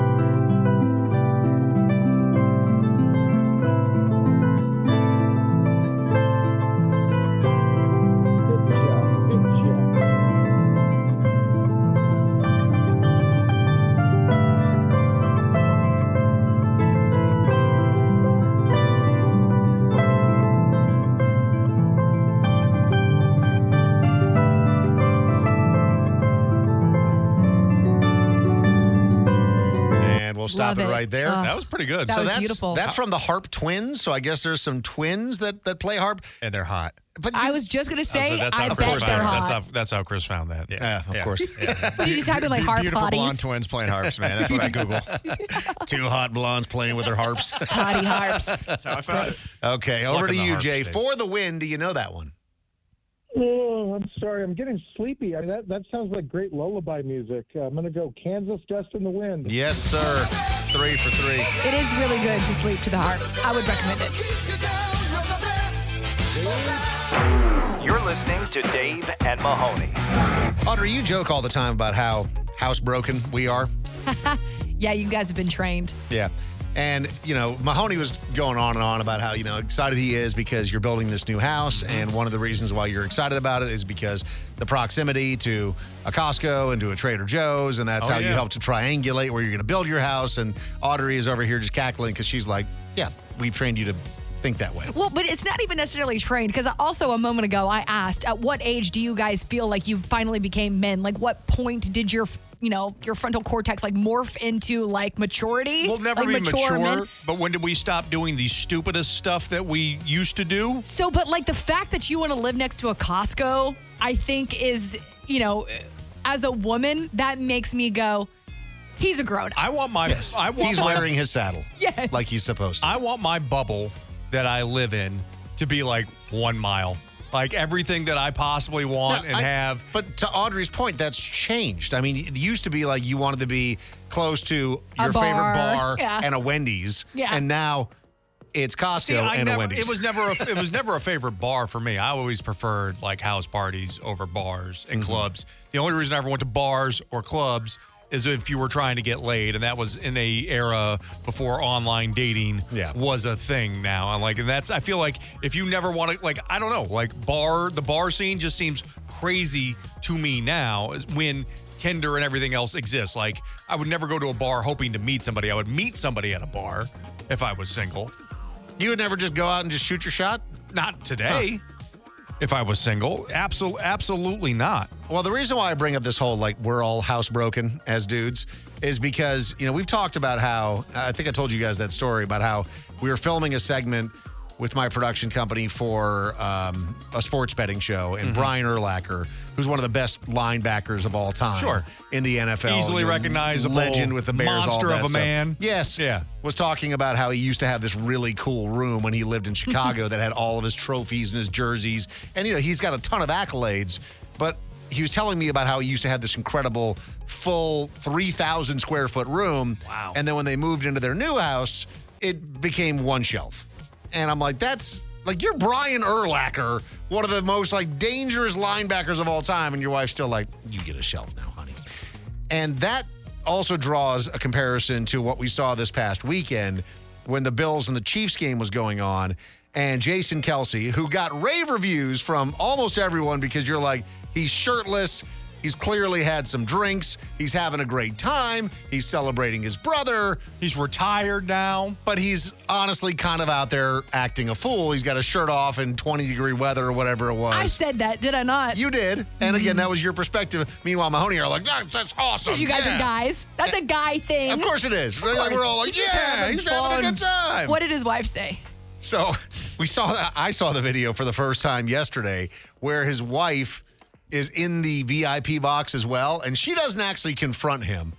[SPEAKER 3] And we'll stop
[SPEAKER 4] Love
[SPEAKER 3] it,
[SPEAKER 4] it.
[SPEAKER 3] right there.
[SPEAKER 4] Ugh. That was pretty good.
[SPEAKER 3] so
[SPEAKER 4] That was
[SPEAKER 3] that's
[SPEAKER 4] beautiful.
[SPEAKER 3] that's from the harp twins. So I guess there's some twins that that play harp.
[SPEAKER 4] And they're hot.
[SPEAKER 3] But
[SPEAKER 5] I was just gonna
[SPEAKER 4] Oh, so
[SPEAKER 5] say,
[SPEAKER 4] that's
[SPEAKER 5] I
[SPEAKER 4] how
[SPEAKER 5] bet
[SPEAKER 4] Chris
[SPEAKER 5] they're
[SPEAKER 4] found-
[SPEAKER 5] hot.
[SPEAKER 4] That's how, that's how Chris found that. Yeah,
[SPEAKER 3] of course.
[SPEAKER 5] But you just type in like harp
[SPEAKER 14] Beautiful blonde
[SPEAKER 5] bodies.
[SPEAKER 14] twins playing harps, man. That's what I Google.
[SPEAKER 3] Two hot blondes playing with their harps.
[SPEAKER 5] Hottie harps.
[SPEAKER 14] That's how I found it.
[SPEAKER 3] Okay,
[SPEAKER 14] Luck
[SPEAKER 3] over
[SPEAKER 14] in
[SPEAKER 3] to
[SPEAKER 14] the
[SPEAKER 3] you,
[SPEAKER 14] harp
[SPEAKER 3] Jay.
[SPEAKER 14] state.
[SPEAKER 3] For the win, do you know that one?
[SPEAKER 8] Oh, I'm sorry. I'm getting sleepy. I, that that sounds like great lullaby music. Uh, I'm gonna go Kansas Dust in the Wind.
[SPEAKER 3] Yes, sir. Three for three.
[SPEAKER 5] It is really good to sleep to the harp. I would recommend it.
[SPEAKER 2] You're listening to Dave and Mahoney.
[SPEAKER 3] Audrey, you joke all the time about how housebroken we are.
[SPEAKER 5] Yeah, you guys have been trained.
[SPEAKER 3] Yeah. And, you know, Mahoney was going on and on about how, you know, excited he is because you're building this new house.
[SPEAKER 4] Mm-hmm.
[SPEAKER 3] And one of the reasons why you're excited about it is because the proximity to a Costco and to a Trader Joe's. And that's
[SPEAKER 4] Oh,
[SPEAKER 3] how you
[SPEAKER 4] yeah.
[SPEAKER 3] help to triangulate where you're going to build your house. And Audrey is over here just cackling because she's like, yeah, we've trained you to think that way.
[SPEAKER 5] Well, but it's not even necessarily trained because also a moment ago I asked, at what age do you guys feel like you finally became men? Like, what point did your you know your frontal cortex like morph into like maturity?
[SPEAKER 4] We'll never
[SPEAKER 5] Like,
[SPEAKER 4] be mature,
[SPEAKER 5] men?
[SPEAKER 4] but when did we stop doing the stupidest stuff that we used to do?
[SPEAKER 5] So, but like the fact that you want to live next to a Costco, I think is you know, as a woman, that makes me go, he's a grown up.
[SPEAKER 4] I want my. I want
[SPEAKER 3] He's
[SPEAKER 4] my,
[SPEAKER 3] wearing his saddle
[SPEAKER 5] Yes.
[SPEAKER 3] like he's supposed to.
[SPEAKER 4] I want my bubble that I live in to be like one mile, like everything that I possibly want
[SPEAKER 3] No,
[SPEAKER 4] and
[SPEAKER 3] I-
[SPEAKER 4] have.
[SPEAKER 3] But to Audrey's point, that's changed. I mean, it used to be like you wanted to be close to
[SPEAKER 4] A
[SPEAKER 3] your favorite
[SPEAKER 4] bar,
[SPEAKER 3] bar
[SPEAKER 4] yeah.
[SPEAKER 3] and a Wendy's,
[SPEAKER 4] Yeah.
[SPEAKER 3] and now it's Costco
[SPEAKER 4] See, I
[SPEAKER 3] and
[SPEAKER 4] never-
[SPEAKER 3] a Wendy's.
[SPEAKER 4] It was never a, it was never a favorite bar for me. I always preferred like house parties over bars
[SPEAKER 3] Mm-hmm.
[SPEAKER 4] and clubs. The only reason I ever went to bars or clubs is if you were trying to get laid, and that was in the era before online dating was a thing. Now, and like, and that's I feel like if you never want to, like, I don't know, like bar the bar scene just seems crazy to me now. Is when Tinder and everything else exists. Like, I would never go to a bar hoping to meet somebody. I would meet somebody at a bar if I was single.
[SPEAKER 3] You would never just go out and just shoot your shot?
[SPEAKER 4] Not today. If I was single, absolutely, absolutely not.
[SPEAKER 3] Well, the reason why I bring up this whole like we're all housebroken as dudes is because you know we've talked about how I think I told you guys that story about how we were filming a segment with my production company for um, a sports betting show,
[SPEAKER 4] Mm-hmm.
[SPEAKER 3] and Brian Urlacher, who's one of the best linebackers of all time,
[SPEAKER 4] Sure.
[SPEAKER 3] in the NFL,
[SPEAKER 4] Easily
[SPEAKER 3] you know,
[SPEAKER 4] recognizable
[SPEAKER 3] legend with the Bears, all
[SPEAKER 4] monster
[SPEAKER 3] that
[SPEAKER 4] of a
[SPEAKER 3] stuff.
[SPEAKER 4] man.
[SPEAKER 3] Yes, yeah, was talking about how he used to have this really cool room when he lived in Chicago that had all of his trophies and his jerseys, and you know he's got a ton of accolades, but he was telling me about how he used to have this incredible full 3,000 square foot room. Wow. And then when they moved into their new house, it became one shelf. And I'm like, that's like, you're Brian Erlacher, one of the most like dangerous linebackers of all time. And your wife's still like, you get a shelf now, honey. And that also draws a comparison to what we saw this past weekend when the Bills and the Chiefs game was going on. And Jason Kelsey, who got rave reviews from almost everyone because you're like, he's shirtless. He's clearly had some drinks. He's having a great time. He's celebrating his brother. He's retired now. But he's honestly kind of out there acting a fool. He's got a shirt off in 20 degree weather or whatever it was.
[SPEAKER 5] I said that, did I not?
[SPEAKER 3] You did. And again, that was your perspective. Meanwhile, Mahoney are like, that's, that's awesome.
[SPEAKER 5] Mm-hmm. Because you guys
[SPEAKER 3] yeah."
[SPEAKER 5] are guys. That's a guy thing.
[SPEAKER 3] Of course it is.
[SPEAKER 5] Of course.
[SPEAKER 3] We're all like,
[SPEAKER 5] just
[SPEAKER 3] yeah, he's having a good time.
[SPEAKER 5] What did his wife say?
[SPEAKER 3] So we saw that. I saw the video for the first time yesterday where his wife is in the VIP box as well, and she doesn't actually confront him.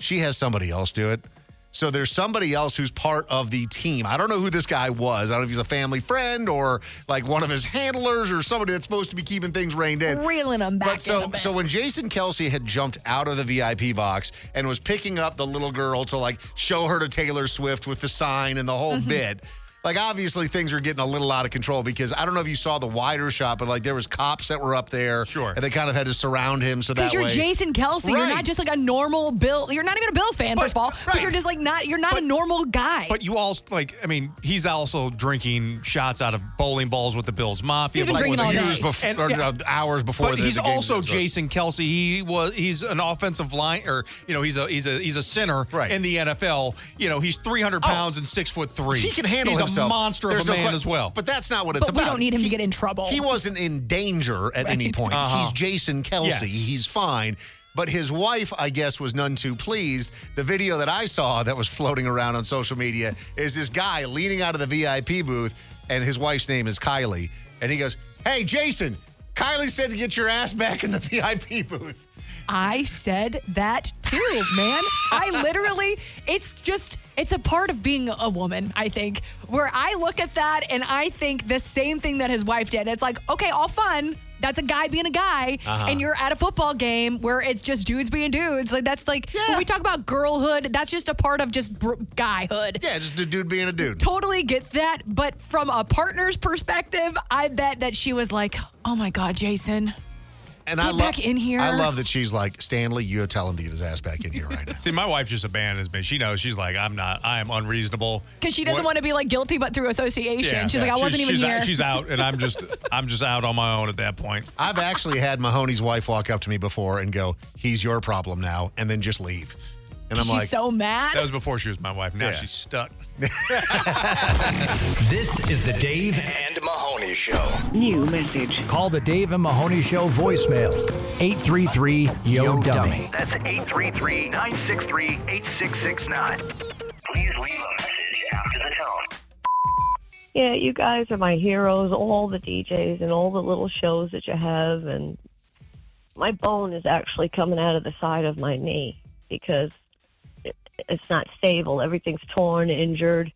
[SPEAKER 3] She has somebody else do it. So there's somebody else who's part of the team. I don't know who this guy was. I don't know if he's a family friend or like one of his handlers or somebody that's supposed to be keeping things reined in.
[SPEAKER 5] Reeling him back.
[SPEAKER 3] But so, so when Jason Kelsey had jumped out of the VIP box and was picking up the little girl to like show her to Taylor Swift with the sign and the whole
[SPEAKER 5] Mm-hmm.
[SPEAKER 3] bit, like obviously things are getting a little out of control because I don't know if you saw the wider shot, but like there was cops that were up there, sure, and they kind of had to surround him so that
[SPEAKER 5] Because you're
[SPEAKER 3] way.
[SPEAKER 5] Jason Kelsey. You're
[SPEAKER 3] Right.
[SPEAKER 5] not just like a normal Bill. You're not even a Bills fan, first of all. But you're just like not. You're not a normal guy.
[SPEAKER 4] But you also like, I mean, he's also drinking shots out of bowling balls with the Bills Mafia.
[SPEAKER 5] He's been
[SPEAKER 4] like,
[SPEAKER 5] drinking
[SPEAKER 4] with
[SPEAKER 5] all day.
[SPEAKER 4] years before,
[SPEAKER 3] And- yeah.
[SPEAKER 4] uh,
[SPEAKER 3] hours before.
[SPEAKER 4] But
[SPEAKER 3] the-
[SPEAKER 4] he's
[SPEAKER 3] the game
[SPEAKER 4] also
[SPEAKER 3] starts.
[SPEAKER 4] Jason Kelsey. He was he's an offensive line, or you know, he's a he's a he's a center in the NFL. You know, he's three hundred pounds and six foot three.
[SPEAKER 3] He can handle
[SPEAKER 4] he's
[SPEAKER 3] himself.
[SPEAKER 4] a monster
[SPEAKER 3] There's
[SPEAKER 4] of a
[SPEAKER 3] no
[SPEAKER 4] man
[SPEAKER 3] que-
[SPEAKER 4] as well.
[SPEAKER 3] But that's not what it's
[SPEAKER 5] but
[SPEAKER 3] about.
[SPEAKER 5] we don't need him to get in trouble.
[SPEAKER 3] he wasn't in danger at any
[SPEAKER 5] Right.
[SPEAKER 3] point.
[SPEAKER 5] Uh-huh.
[SPEAKER 3] He's Jason Kelsey.
[SPEAKER 5] Yes.
[SPEAKER 3] He's fine. But his wife, I guess, was none too pleased. The video that I saw that was floating around on social media is this guy leaning out of the VIP booth, and his wife's name is Kylie. And he goes, Hey, Jason, Kylie said to get your ass back in the VIP booth.
[SPEAKER 5] I said that too, man. I literally, it's just, it's a part of being a woman, I think, where I look at that and I think the same thing that his wife did. It's like, okay, all fun. That's a guy being a guy.
[SPEAKER 15] Uh-huh.
[SPEAKER 5] And you're at a football game where it's just dudes being dudes. Like, that's like, when we talk about girlhood, that's just a part of just br- guyhood.
[SPEAKER 3] Yeah, just a dude being a dude.
[SPEAKER 5] Totally get that. But from a partner's perspective, I bet that she was like, oh my God, Jason.
[SPEAKER 3] And
[SPEAKER 5] Get
[SPEAKER 3] I love,
[SPEAKER 5] back in here.
[SPEAKER 3] I love that she's like, Stanley, you tell him to get his ass back in here right now.
[SPEAKER 4] See, my wife just abandons me. She knows. She's like, I'm not. I am unreasonable.
[SPEAKER 5] Because she doesn't want to be like guilty, but through association. she's like, I wasn't even
[SPEAKER 4] she's
[SPEAKER 5] here.
[SPEAKER 4] Out, she's out, and I'm just I'm just out on my own at that point.
[SPEAKER 3] I've actually had Mahoney's wife walk up to me before and go, "He's your problem now," and then just leave. And I'm
[SPEAKER 5] she's
[SPEAKER 3] like,
[SPEAKER 5] so mad.
[SPEAKER 4] That was before she was my wife. Now she's stuck.
[SPEAKER 2] This is the Dave and Mahoney Show. New message. Call the Dave and Mahoney Show voicemail 833 Yo Dummy.
[SPEAKER 10] That's 833 963 8669.
[SPEAKER 7] Please leave a message after the tone.
[SPEAKER 9] Yeah, you guys are my heroes, all the DJs and all the little shows that you have. And my bone is actually coming out of the side of my knee because it, it's not stable. Everything's torn, injured.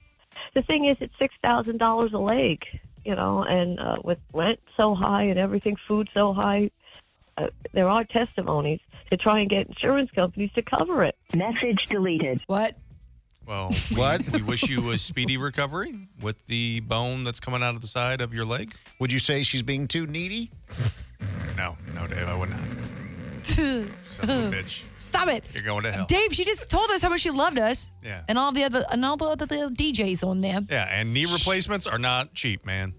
[SPEAKER 9] The thing is, it's $6,000 a leg, you know, and uh, with rent so high and everything, food so high, uh, there are testimonies to try and get insurance companies to cover it. Message deleted.
[SPEAKER 5] What?
[SPEAKER 4] Well, we- We, wish you a speedy recovery with the bone that's coming out of the side of your leg.
[SPEAKER 3] Would you say she's being too needy?
[SPEAKER 4] No, no, Dave, I would not. Son of a bitch.
[SPEAKER 5] Stop it.
[SPEAKER 4] You're going to hell.
[SPEAKER 5] Dave, she just told us how much she loved us.
[SPEAKER 4] Yeah.
[SPEAKER 5] And all the other and all the other little DJs on there.
[SPEAKER 4] Yeah, and knee replacements are not cheap, man.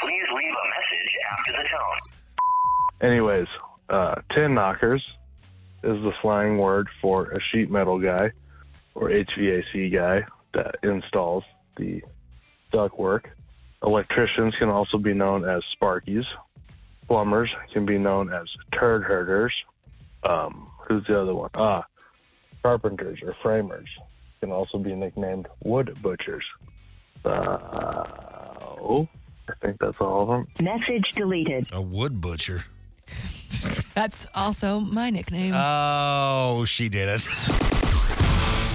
[SPEAKER 7] Please leave a message after the tone.
[SPEAKER 12] Anyways, uh, tin knockers is the slang word for a sheet metal guy or HVAC guy that installs the ductwork. Electricians can also be known as sparkies. Plumbers can be known as turd herders. Um, who's the other one? Ah, carpenters or framers can also be nicknamed wood butchers. So, I think that's all of them.
[SPEAKER 9] Message deleted.
[SPEAKER 3] A wood butcher.
[SPEAKER 5] That's also my nickname.
[SPEAKER 3] Uh, Oh, she did it.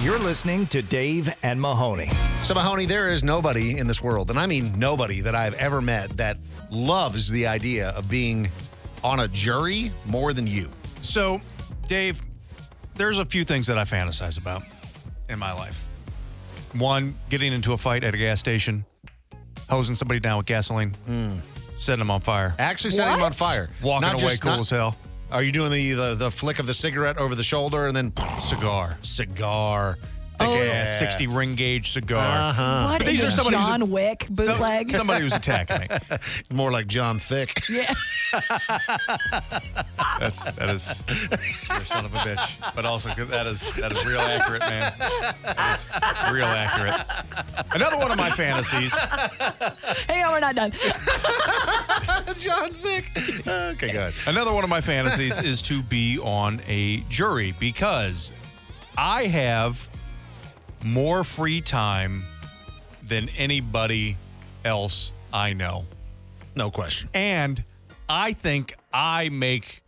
[SPEAKER 2] You're listening to Dave and Mahoney.
[SPEAKER 3] So Mahoney, there is nobody in this world, and I mean nobody that I've ever met that loves the idea of being on a jury more than you.
[SPEAKER 4] So, Dave, there's a few things that I fantasize about in my life. One, getting into a fight at a gas station, hosing somebody down with gasoline, setting them on fire.
[SPEAKER 3] Actually, setting them on fire.
[SPEAKER 4] Walking
[SPEAKER 3] Hmm. Not
[SPEAKER 4] away
[SPEAKER 3] just-
[SPEAKER 4] cool
[SPEAKER 3] not-
[SPEAKER 4] as hell.
[SPEAKER 3] Are you doing the, the the flick of the cigarette over the shoulder and then cigar, cigar,
[SPEAKER 4] Big ass 60 ring gauge cigar.
[SPEAKER 3] Oh, Uh-huh.
[SPEAKER 5] What
[SPEAKER 3] But
[SPEAKER 5] is
[SPEAKER 3] these are
[SPEAKER 5] a
[SPEAKER 3] somebody who's-
[SPEAKER 5] John Wick bootleg?
[SPEAKER 4] me.
[SPEAKER 3] More like John Thick.
[SPEAKER 5] Yeah.
[SPEAKER 4] That's that is you're a son of a bitch. But also that is that is real accurate, man. That is real accurate. Another one of my fantasies.
[SPEAKER 5] Hang on, we're not done.
[SPEAKER 3] John Thick. Okay, good.
[SPEAKER 4] Another one of my fantasies is to be on a jury because I have more free time than anybody else I know.
[SPEAKER 3] No question.
[SPEAKER 4] And I think I make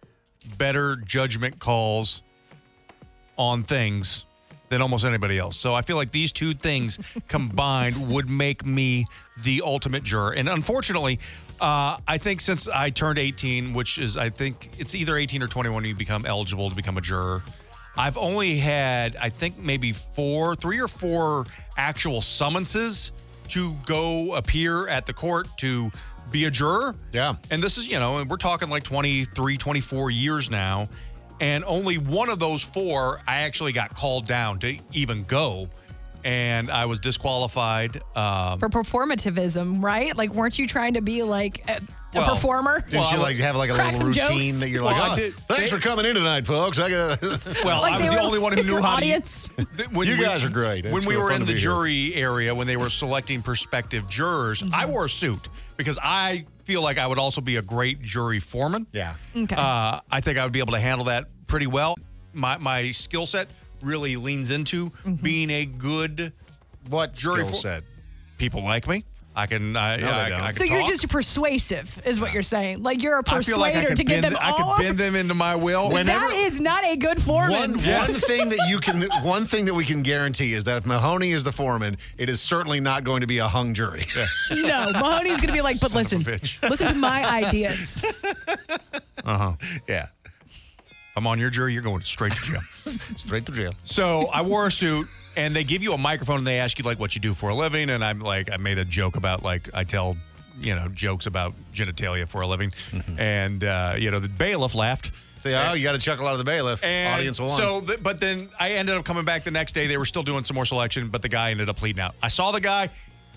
[SPEAKER 4] better judgment calls on things than almost anybody else. So I feel like these two things combined would make me the ultimate juror. And unfortunately, uh, I think since I turned 18, which is, I think it's either 18 or 21 when you become eligible to become a juror, I've only had, I think, maybe four, three or four actual summonses to go appear at the court to be a juror. Yeah. And this is, you know, and we're talking like 23, 24 years now. And only one of those four, I actually got called down to even go. And I was disqualified. Um,
[SPEAKER 5] For performativism, right? Like, weren't you trying to be like a, a
[SPEAKER 4] Well,
[SPEAKER 5] performer?
[SPEAKER 4] did you, like, have, like, a
[SPEAKER 5] Crack
[SPEAKER 3] little
[SPEAKER 5] some jokes?
[SPEAKER 3] routine that you're like,
[SPEAKER 4] Well, I
[SPEAKER 3] "Oh,
[SPEAKER 4] did-
[SPEAKER 3] thanks
[SPEAKER 4] they-
[SPEAKER 3] for coming in tonight, folks. I got.
[SPEAKER 4] Well, I was the only one who knew how to. Th- when
[SPEAKER 3] You
[SPEAKER 4] we-
[SPEAKER 3] guys are great.
[SPEAKER 4] when
[SPEAKER 3] It's
[SPEAKER 4] we
[SPEAKER 3] real
[SPEAKER 4] were
[SPEAKER 3] fun
[SPEAKER 4] in
[SPEAKER 3] to
[SPEAKER 4] the
[SPEAKER 3] be here.
[SPEAKER 4] jury area, when they were selecting prospective jurors, I wore a suit because I feel like I would also be a great jury foreman.
[SPEAKER 3] Yeah.
[SPEAKER 5] Okay.
[SPEAKER 4] Uh, I think I would be able to handle that pretty well. My my skill set really leans into being a good
[SPEAKER 3] what
[SPEAKER 4] jury
[SPEAKER 3] skill set?
[SPEAKER 4] People like me. I can. I,
[SPEAKER 3] No,
[SPEAKER 4] yeah,
[SPEAKER 3] they
[SPEAKER 4] I,
[SPEAKER 3] don't.
[SPEAKER 4] I can
[SPEAKER 5] So you're
[SPEAKER 4] talk.
[SPEAKER 5] just persuasive, is what you're saying. Like you're a
[SPEAKER 4] I
[SPEAKER 5] persuader
[SPEAKER 4] feel like I
[SPEAKER 5] to
[SPEAKER 4] could
[SPEAKER 5] get
[SPEAKER 4] bend,
[SPEAKER 5] them
[SPEAKER 4] I
[SPEAKER 5] all.
[SPEAKER 4] could bend them into my will.
[SPEAKER 5] that is not a good foreman.
[SPEAKER 3] One, one thing that you can, one thing that we can guarantee is that if Mahoney is the foreman, it is certainly not going to be a hung jury.
[SPEAKER 5] no, Mahoney's gonna be like, but listen, listen to my ideas.
[SPEAKER 4] Uh huh.
[SPEAKER 3] Yeah.
[SPEAKER 4] I'm on your jury. You're going straight to jail.
[SPEAKER 3] straight to jail.
[SPEAKER 4] So I wore a suit, and they give you a microphone, and they ask you like what you do for a living. And I'm like, I made a joke about like I tell, you know, jokes about genitalia for a living,
[SPEAKER 3] Mm-hmm.
[SPEAKER 4] and uh, you know the bailiff laughed.
[SPEAKER 3] So yeah, "Oh, you got to chuckle out of the bailiff.
[SPEAKER 4] And
[SPEAKER 3] Audience one.
[SPEAKER 4] So, th- but then I ended up coming back the next day. They were still doing some more selection, but the guy ended up pleading out. I saw the guy.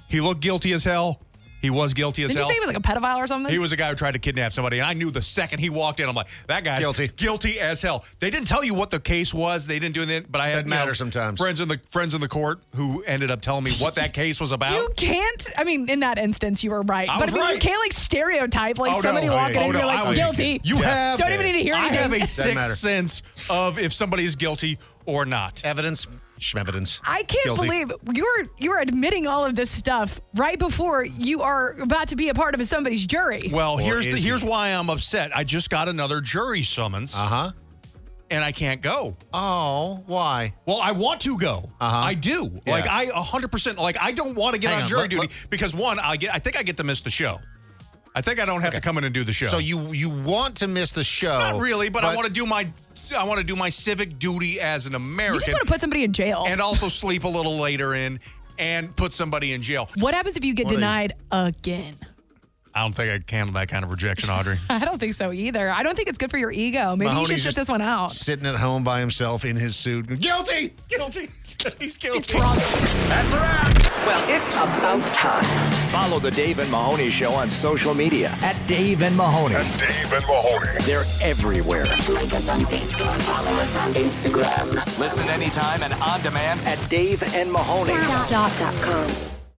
[SPEAKER 4] He looked guilty as hell. He was guilty as
[SPEAKER 5] Did you
[SPEAKER 4] hell.
[SPEAKER 5] say he was like a pedophile or something?
[SPEAKER 4] He was a guy who tried to kidnap somebody, and I knew the second he walked in, I'm like, that guy's
[SPEAKER 3] Guilty.
[SPEAKER 4] guilty as hell. They didn't tell you what the case was. They didn't do anything, but I had
[SPEAKER 3] That
[SPEAKER 4] you know,
[SPEAKER 3] matters sometimes.
[SPEAKER 4] friends in the friends in the court who ended up telling me what that case was about.
[SPEAKER 5] You can't. I mean, in that instance, you were right.
[SPEAKER 4] I
[SPEAKER 5] but
[SPEAKER 4] was
[SPEAKER 5] I mean, you
[SPEAKER 4] right.
[SPEAKER 5] can't like stereotype like
[SPEAKER 4] Oh, no.
[SPEAKER 5] somebody
[SPEAKER 4] Oh, yeah.
[SPEAKER 5] walking in,
[SPEAKER 4] Oh,
[SPEAKER 5] and
[SPEAKER 4] no,
[SPEAKER 5] you're
[SPEAKER 4] I
[SPEAKER 5] like
[SPEAKER 4] was
[SPEAKER 5] guilty.
[SPEAKER 4] kidding. You have
[SPEAKER 5] Don't even need to hear
[SPEAKER 4] I
[SPEAKER 5] anything.
[SPEAKER 4] have a
[SPEAKER 3] Doesn't matter.
[SPEAKER 4] sixth sense of if somebody's guilty or not.
[SPEAKER 3] Evidence, schmevidence.
[SPEAKER 5] I can't
[SPEAKER 3] Guilty.
[SPEAKER 5] believe you're you're admitting all of this stuff right before you are about to be a part of somebody's jury.
[SPEAKER 4] Well, here's the, here's why I'm upset. I just got another jury summons. Uh
[SPEAKER 3] huh.
[SPEAKER 4] And I can't go.
[SPEAKER 3] Oh, why?
[SPEAKER 4] Well, I want to go. Uh-huh. I do.
[SPEAKER 3] Yeah.
[SPEAKER 4] Like I 100. percent Like I don't want to get
[SPEAKER 3] Hang
[SPEAKER 4] on,
[SPEAKER 3] on,
[SPEAKER 4] jury
[SPEAKER 3] let-
[SPEAKER 4] duty
[SPEAKER 3] let-
[SPEAKER 4] because one, I get. I think I get to miss the show. I think I don't have to come in and do the show.
[SPEAKER 3] So you you want to miss the show?
[SPEAKER 4] Not really, but, I want to do my. I want to do my civic duty as an American.
[SPEAKER 5] You just want to put somebody in jail.
[SPEAKER 4] and also sleep a little later in and put somebody in jail.
[SPEAKER 5] what happens if you get
[SPEAKER 4] What is-
[SPEAKER 5] denied again?
[SPEAKER 4] I don't think I can handle that kind of rejection, Audrey.
[SPEAKER 5] I don't think so either. I don't think it's good for your ego. Maybe you should sit this one out.
[SPEAKER 3] Sitting at home by himself in his suit. Guilty. Guilty. He's guilty.
[SPEAKER 15] That's a wrap. Well, it's about time.
[SPEAKER 11] Follow the Dave and Mahoney Show on social media at Dave and Mahoney. At Dave and Mahoney. They're everywhere. Like us on Facebook, follow us on Instagram. Listen anytime and on demand at Dave and Mahoney.